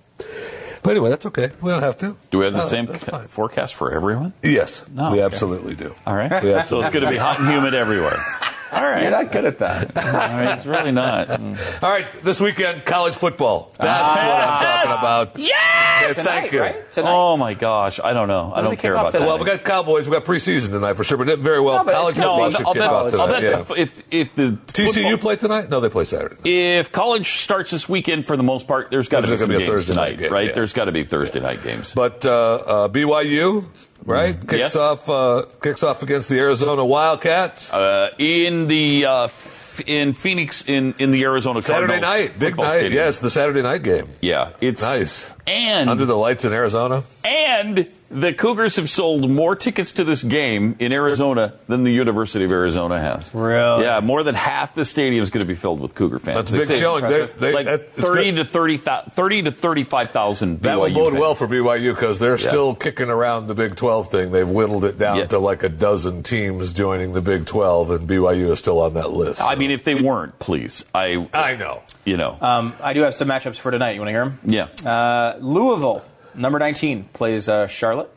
But anyway, that's okay. We don't have to. Do we have the Uh, same that's ca- fine. forecast for everyone? Yes, No, we okay. absolutely do. All right. We so absolutely it's going to be hot and humid everywhere. All right. You're not good at that. I mean, it's really not. All right, this weekend, college football. That's what I'm talking about. Ah. Yes! Yeah, thank you. Right? Tonight. Oh my gosh, I don't know. I Doesn't don't it care kick off about that. tonight? Well, we got Cowboys. We got preseason tonight for sure, but it very well No, but it's college got- no, football I'll, should I'll kick off bet, I'll tonight. bet Yeah. if, if the TCU football- play tonight? No, they play Saturday. if college starts this weekend for the most part, there's got to be There's some gonna be a games Thursday night tonight, game, right? yeah. There's got to be Thursday night games. But uh, uh, BYU, right, kicks Mm, Yes. off uh, kicks off against the Arizona Wildcats uh, in the uh, f- in Phoenix in in the Arizona Saturday Cardinals night. Big football night, stadium. Hmm. yes, the Saturday night game. yeah, it's Nice and under the lights in Arizona. and the Cougars have sold more tickets to this game in Arizona than the University of Arizona has. Really? Yeah, more than half the stadium is going to be filled with Cougar fans. That's a They big say showing. They, they, like that- it's thirty good. to thirty thou- thirty to thirty five thousand. That will bode well for BYU because they're Yeah. still kicking around the Big 12 thing. They've whittled it down Yeah. to like a dozen teams joining the Big 12, and BYU is still on that list. I mean, if they weren't, please, I I know. you know, Um, I do have some matchups for tonight. You want to hear them? yeah, Uh, Louisville, number 19, plays uh, Charlotte.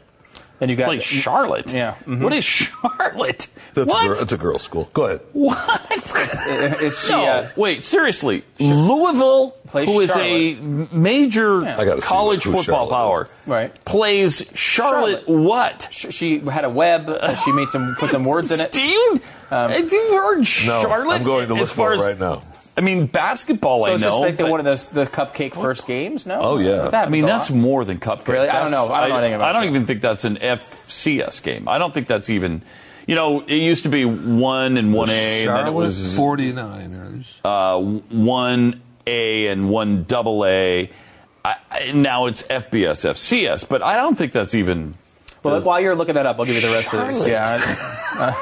Then you got play Charlotte. Yeah. mhm. What is Charlotte? That's what? A girl, it's a girls' school. Go ahead. What? It's the, no, uh, wait, seriously. Louisville, Plays who is a Charlotte. major I gotta see college who football Charlotte is. power, Right. plays Charlotte, Charlotte. what? sh- she had a web. uh, she made some put some words in it. Um, Steve? Have you heard No, Charlotte? I'm going to As look far for it as- right now. I mean, basketball, So I it's know. just like the, but- one of those the cupcake first games. No. Oh, yeah. That happens I mean, a that's lot. more than cupcake. Really? I don't That's- know. I don't know anything about I don't Charlotte. even think that's an FCS game. I don't think that's even. You know, it used to be one and one A, and then it was 49ers. uh, one A and one double A. I, I, now it's FBS, FCS, but I don't think that's even. Well, while you're looking that up, I'll give you the rest of this. Yeah. Uh,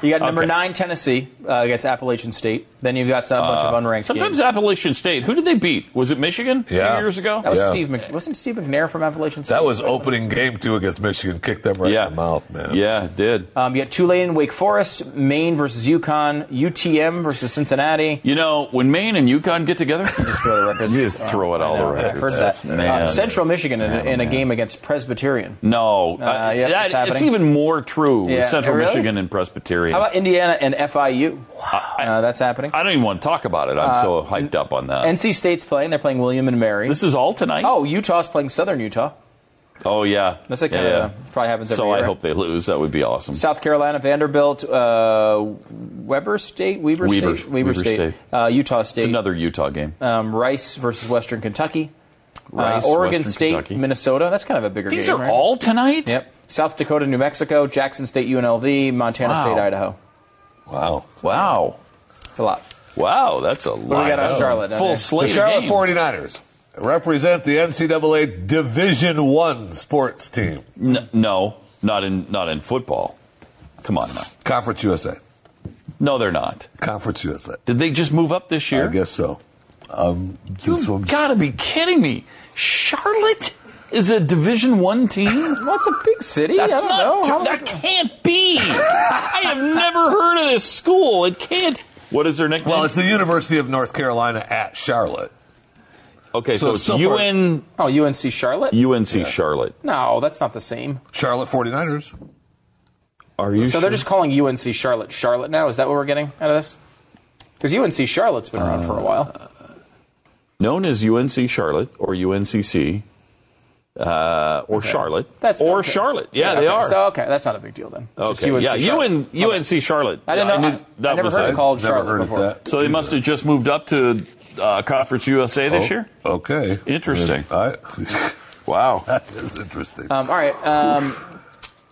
you got number Okay. Uh, nine Tennessee uh, against Appalachian State. Then you've got a bunch of unranked Sometimes games. Appalachian State. Who did they beat? Was it Michigan? a Yeah. few years ago. that was Yeah. Steve. Mc- wasn't Steve McNair from Appalachian State? That was opening game two against Michigan. Kicked them right yeah, in the mouth, man. Yeah, it did. Um, you got Tulane and Wake Forest, Maine versus Yukon, UTM versus Cincinnati. You know, when Maine and UConn get together, Just throw the records. You throw it all I know, the records. I've heard that. Man. Uh, Central Michigan in, Man, in a man. game against Presbyterian. no, Uh, yeah, that- it's happening. it's even more true Yeah, with Central really? Michigan and Presbyterian. How about Indiana and FIU? Uh, that's happening. I don't even want to talk about it. I'm so Uh, hyped up on that. NC State's playing. They're playing William and Mary. this is all tonight. oh, Utah's playing Southern Utah. Oh, yeah, That's like Yeah, kind yeah. of probably happens every So I year. hope they lose. That would be awesome. South Carolina, Vanderbilt, uh, Weber State, Weber, Weber- State, Weber State, State. Uh, Utah it's State, another Utah game. um, Rice versus Western Kentucky, Uh, Rice, Oregon Western State, Kentucky. Minnesota. That's kind of a bigger These game. are right? all tonight. Yep. South Dakota, New Mexico, Jackson State, UNLV, Montana Wow. State, Idaho. Wow. Wow. It's a lot. Wow, that's a lot. got on Charlotte down Full there? The slate. of Charlotte games. 49ers represent the NCAA Division One sports team. N- no, not in not in football. Come on now. Conference USA. No, they're not. Conference USA. Did they just move up this year? I guess so. Um, this You one- gotta be kidding me. Charlotte is a Division One team. Well, it's a big city. That's I don't not. know. How- that can't be. I have never heard of this school. It can't. What is their nickname? well, it's the University of North Carolina at Charlotte. okay, so so, it's still it's UN, oh, UNC Charlotte? UNC Charlotte. no, that's not the same. Charlotte 49ers. Are you So they're just calling UNC Charlotte Charlotte now. Is that what we're getting out of this? Because UNC Charlotte's been around Uh, for a while. known as UNC Charlotte or UNCC uh, or Charlotte That's or okay. Charlotte. Yeah, they okay. are. So okay, that's not a big deal then. It's okay. just yeah, UNC Charlotte. UN, Okay. UNC Charlotte. I didn't Yeah, know. knew I- I never was heard it. it called Never Charlotte heard before. of that. So they must have just moved up to uh, Conference USA this Oh, year. Okay. Interesting. I, Wow. that is interesting. Um, all right. Um,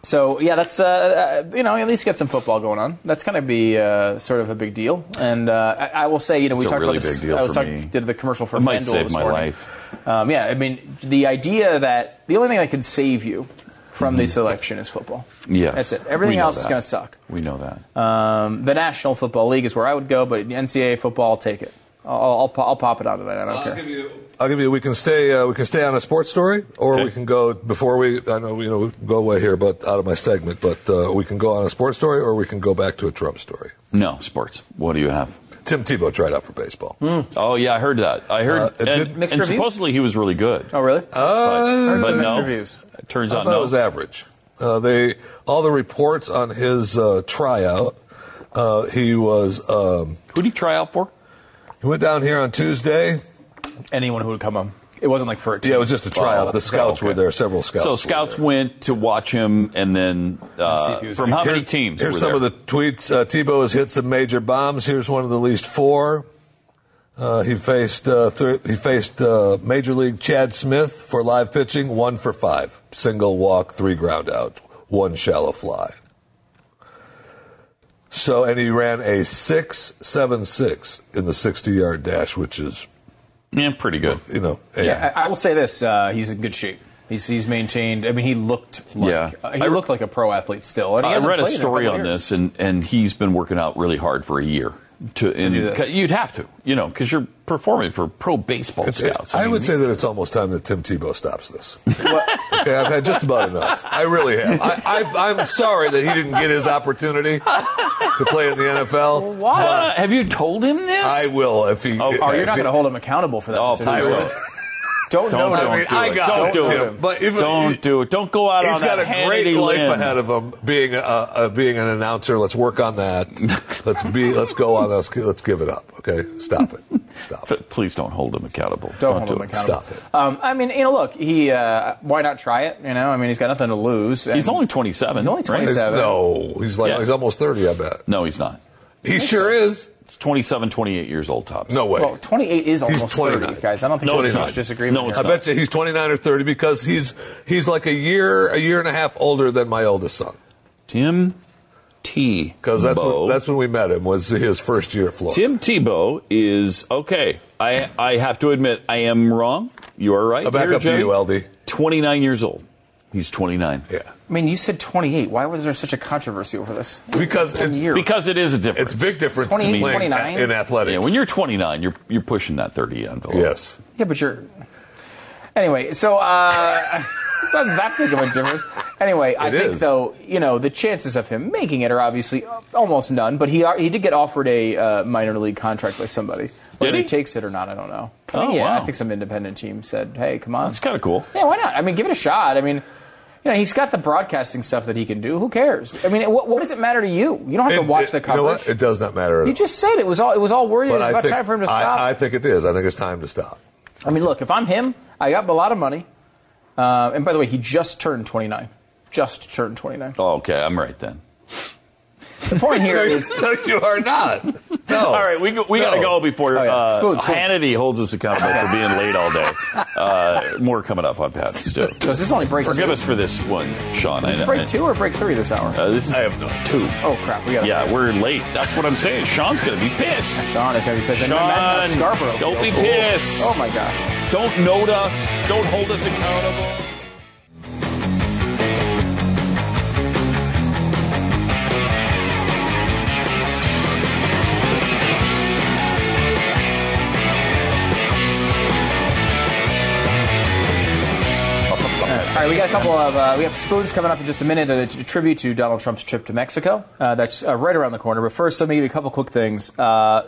so yeah, that's uh, uh, you know at least get some football going on. That's going to be uh, sort of a big deal. And uh, I, I will say, you know, we It's a talked really about this. big deal I was for talking, me. did the commercial for It might FanDuel save this my morning. life. Um, yeah, I mean the idea that the only thing that could save you from this election is football. Mm-hmm. Yes. that's it. We Everything know else is that. going to suck. We know that. Um, the National Football League is where I would go, but NCAA football, I'll take it. I'll, I'll, po- I'll pop it out of that. I don't care. you. I'll give you. We can stay. Uh, we can stay on a sports story, or Okay. we can go before we. I know you know we can go away here, but out of my segment. But uh, we can go on a sports story, or we can go back to a Trump story. No, sports. What do you have? Tim Tebow tried out for baseball. Oh, yeah, I heard that. I heard. Uh, it did- and, Mixed and reviews? supposedly he was really good. oh, really? but, Uh, but some mixed no. reviews. It turns I out thought no. it was average. Uh, they all the reports on his uh, tryout Uh, he was um, Who'd he try out for? he went down here on Tuesday. Anyone who would come on. It wasn't like for a team. Yeah, it was just a tryout. Oh, the scouts okay. were there. Several scouts. so were scouts there. went to watch him, and then see uh, if he was- from how many Here's- teams? Here's were some there? of the tweets. Uh, Tebow has hit some major bombs. Here's one of the least four. Uh, he faced uh, thir- he faced uh, Major League Chad Smith for live pitching. One for five, single walk, three ground out, one shallow fly. So and he ran a six seven six in the sixty yard dash, which is yeah, pretty good. you know a- Yeah, I, I will say this: uh, he's in good shape. He's, he's maintained. I mean, he looked like Yeah. uh, he I- looked like a pro athlete still. And he I hasn't read a played in story couple on years. this, and, and he's been working out really hard for a year. To, and do this. 'cause you'd have to, you know, because you're performing for pro baseball It's- it- scouts. I, mean, would say that it's almost time that Tim Tebow stops this. okay, I've had just about enough. I really have. I, I, I'm sorry that he didn't get his opportunity to play in the NFL. Uh, have you told him this? I will if he. Oh, if you're not he- going to hold him accountable for that. Oh, decision. I will. Don't, Don't know do him. I mean, do I it. got Don't him, do Tim. it. But if, Don't do it. Don't go out He's on got that a great Hannity life limb. ahead of him, being a, a, being an announcer. Let's work on that. Let's be. Let's go on. Let's let's give it up. Okay, stop it. Stop it. F- Please don't hold him accountable. Don't hold do him it. accountable. Stop it. Um, I mean, you know, look, he. Uh, why not try it? You know, I mean, he's got nothing to lose. and- He's only 27. He's only right? 27. No, he's like Yeah. he's almost thirty. I bet No, he's not. he sure is. It's 27, 28 years old, tops. No way. Well, 28 is almost 29. 30, guys. I don't think No, there's it's much not. disagreement. No, it's I here. not. bet you he's 29 or 30 because he's he's like a year, a year and a half older than my oldest son. Tim T. Because that's Bow. when, that's when we met him was his first year at Florida. Tim Tebow is okay. I I have to admit I am wrong. You are right. Now Uh, back Here, up to Jimmy. you, LD. 29 years old. He's 29. Yeah, I mean, you said 28. Why was there such a controversy over this? because One it, year. Because it is a difference. it's a big difference 28, between 29? in athletics. Yeah, when you're 29, you're you're pushing that 30 envelope. yes, Yeah, but you're. Anyway, so uh, it's not that big of a difference. Anyway, I It think is. though you know the chances of him making it are obviously almost none. But he are, he did get offered a uh, minor league contract by somebody. Whether he? takes it or not, I don't know. I Oh, think, yeah, wow. I think some independent team said, "Hey, come on, That's kind of cool. yeah, why not? I mean, give it a shot. I mean." You know, he's got the broadcasting stuff that he can do. Who cares? I mean, what, what does it matter to you? You don't have to It- watch it- the You know coverage. what? It does not matter at you all. just said it was all it was all worried. It But was I about think time for him to I- stop. I think it is. I think it's time to stop. I mean, look, if I'm him, I got a lot of money. Uh, and by the way, he just turned 29. Just turned 29. Oh, okay, I'm right then. The point here is No, you are not. No. All right, we, go- we No. got to go before Oh, yeah. uh, Spoon, spoon. Hannity holds us accountable for being late all day. Uh, more coming up on Pat and Stu. does this only break Forgive two? us for this one, Sean. I know- Break two or break three this hour? Uh, this is I have no idea. two. oh, crap. We got Yeah, we're late. That's what I'm saying. Sean's going to be pissed. Sean is going to be pissed. I mean, imagine how Sean, Scarborough don't feels. be pissed. Oh, my gosh. Don't note us. Don't hold us accountable. All right, we got a couple of uh, we have spoons coming up in just a minute. A, t- tribute to Donald Trump's trip to Mexico. Uh, that's uh, right around the corner. But first, let me give you a couple quick things. Uh,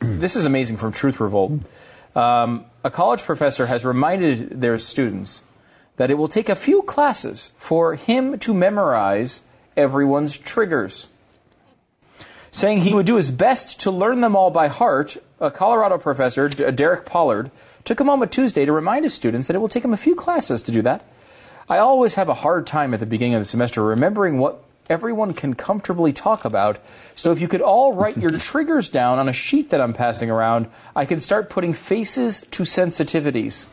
this is amazing from Truth Revolt. Um, a college professor has reminded their students that it will take a few classes for him to memorize everyone's triggers. Saying he would do his best to learn them all by heart, a Colorado professor, D- Derek Pollard, took a moment Tuesday to remind his students that it will take him a few classes to do that. I always have a hard time at the beginning of the semester remembering what everyone can comfortably talk about. So if you could all write your triggers down on a sheet that I'm passing around, I can start putting faces to sensitivities.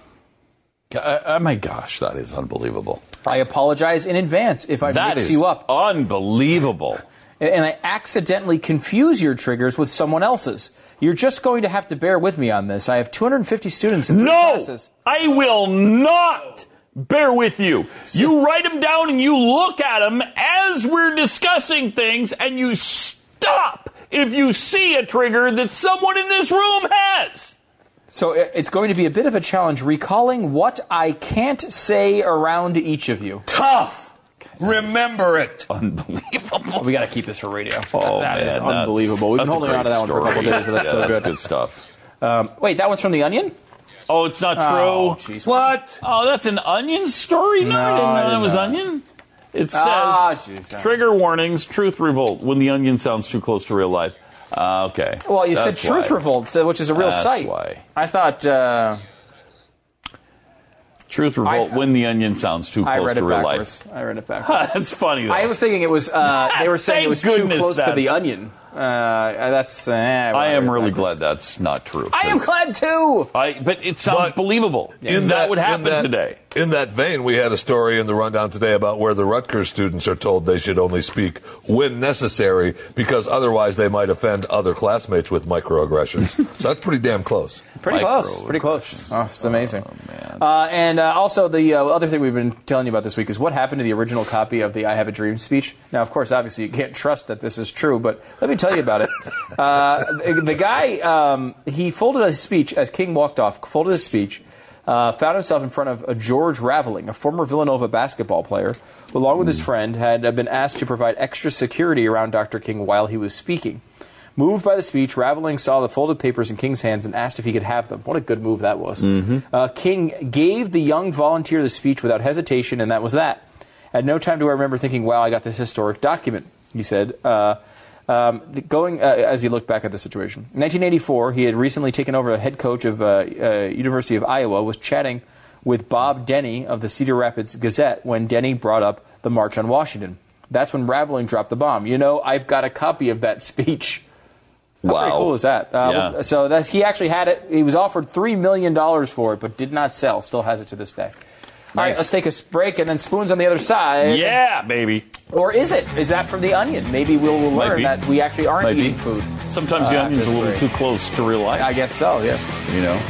Uh, oh my gosh, that is unbelievable. I apologize in advance if I That mix is you up unbelievable. and I accidentally confuse your triggers with someone else's. You're just going to have to bear with me on this. I have 250 students in three No, classes. I will not bear with you. You write them down and you look at them as we're discussing things and you stop if you see a trigger that someone in this room has. So i- it's going to be a bit of a challenge recalling what I can't say around each of you. Tough. Remember it. Unbelievable. We got to keep this for radio. Oh, that man, is that's- unbelievable. We've been that's a holding on to great that one for a couple story. days, but that's Yeah, so good. good stuff. Um, wait, that one's from The Onion? Oh, it's not true. jeez. What? Oh, that's an onion story? No, I No, didn't know I did that was not. onion. It says Ah, jeez. trigger warnings, truth revolt when the onion sounds too close to real life. Uh, okay. Well, you That's said Truth why. Revolt, so- which is a real That's site. why. I thought uh, Truth revolt I- when the onion sounds too I close read to it real backwards. I read it backwards. life. that's funny. Though. I was thinking it was. Uh, they were saying Thank it was goodness too close to the that's- Onion. Uh, that's. Uh, well, I read am it really glad backwards. that's not true. I am glad too. I, but it sounds But believable. that, would happen in that- today. In that vein, we had a story in the rundown today about where the Rutgers students are told they should only speak when necessary because otherwise they might offend other classmates with microaggressions. so that's pretty damn close. Pretty close. Pretty close. Oh, it's amazing. Uh, and uh, also, the uh, other thing we've been telling you about this week is what happened to the original copy of the I Have a Dream speech. Now, of course, obviously, you can't trust that this is true, but let me tell you about it. uh, the, the guy, um, he folded his speech as King walked off, folded his speech, uh, found himself in front of uh, George Raveling, a former Villanova basketball player, who, along with his friend, had uh, been asked to provide extra security around Dr. King while he was speaking. Moved by the speech, Raveling saw the folded papers in King's hands and asked if he could have them. What a good move that was. Uh, King gave the young volunteer the speech without hesitation, and that was that. At no time do I remember thinking, wow, I got this historic document, he said. Uh, um, the- going uh, as he looked back at the situation. In 1984, he had recently taken over a head coach of uh, uh, University of Iowa, was chatting with Bob Denny of the Cedar Rapids Gazette when Denny brought up the March on Washington. That's when Raveling dropped the bomb. You know, I've got a copy of that speech. How Wow. pretty cool is that? Uh, Yeah. So that's, he actually had it. He was offered $3 million for it, but did not sell. Still has it to this day. All right, Nice. let's take a s- break and then spoons on the other side. Yeah, baby. Or is it? Is that from the onion? Maybe we'll, we'll Might learn be. that we actually aren't Might be. eating food. Sometimes the Uh, onion's a just little great. too close to real life. I guess so, yeah. you know.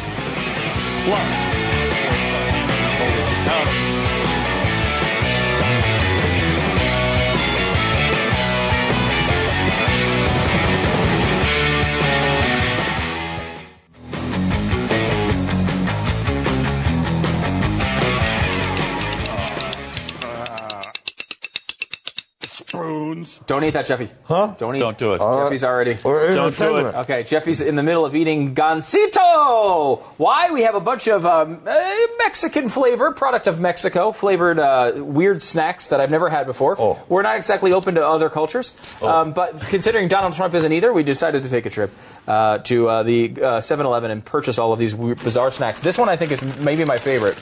Spoons. Don't eat that, Jeffy. Huh? Don't eat. Don't do it. Uh, Jeffy's already. Don't do it. Okay, Jeffy's in the middle of eating gansito. Why? We have a bunch of um, uh, Mexican flavor, product of Mexico, flavored uh, weird snacks that I've never had before. Oh. We're not exactly open to other cultures, Oh. um, but considering Donald Trump isn't either, we decided to take a trip uh, to uh, the 7 Eleven and purchase all of these weird, bizarre snacks. This one I think is maybe my favorite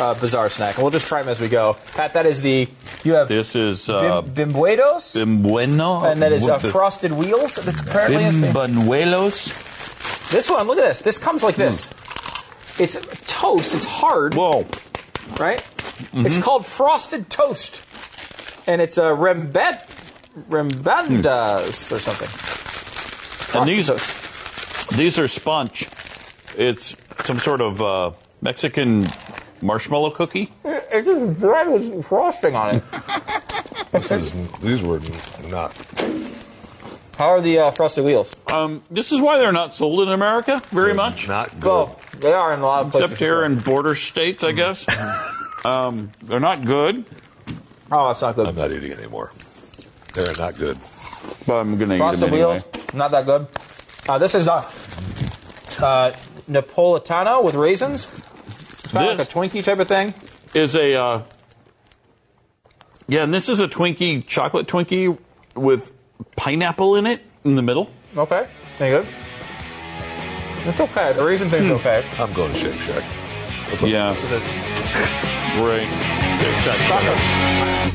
uh, bizarre snack, and we'll just try them as we go. Pat, that is the. You have. This is uh, Bim- bimbuedos? Bimbueno. and that is uh, Bim- frosted wheels. That's apparently his thing. Bimbuelos. This one, look at this. This comes like this. It's toast. It's hard, Hmm. Whoa. Mm-hmm. right? It's called frosted toast, and it's a rembet, rembendas or something. And Frosted these toast. these are sponge. It's some sort of uh, Mexican marshmallow cookie. It just bread with frosting on it. This is, these were not. How are the uh, frosted wheels? Um, this is why they're not sold in America very much, Not good. Well, they are in a lot of places. except here in border states, I guess. um, they're not good, oh, that's not good. I'm not eating anymore. They're not good. but I'm going to eat Frosted them anyway. wheels, not that good. Uh, this is a uh, Napolitano with raisins. It's kind of like This- a Twinkie type of thing. Is a uh, yeah, and this is a Twinkie chocolate Twinkie with pineapple in it in the middle. Okay. Any good? It's okay. The raisin thing's okay. I'm going to Shake Shack. Yeah, This is a- right.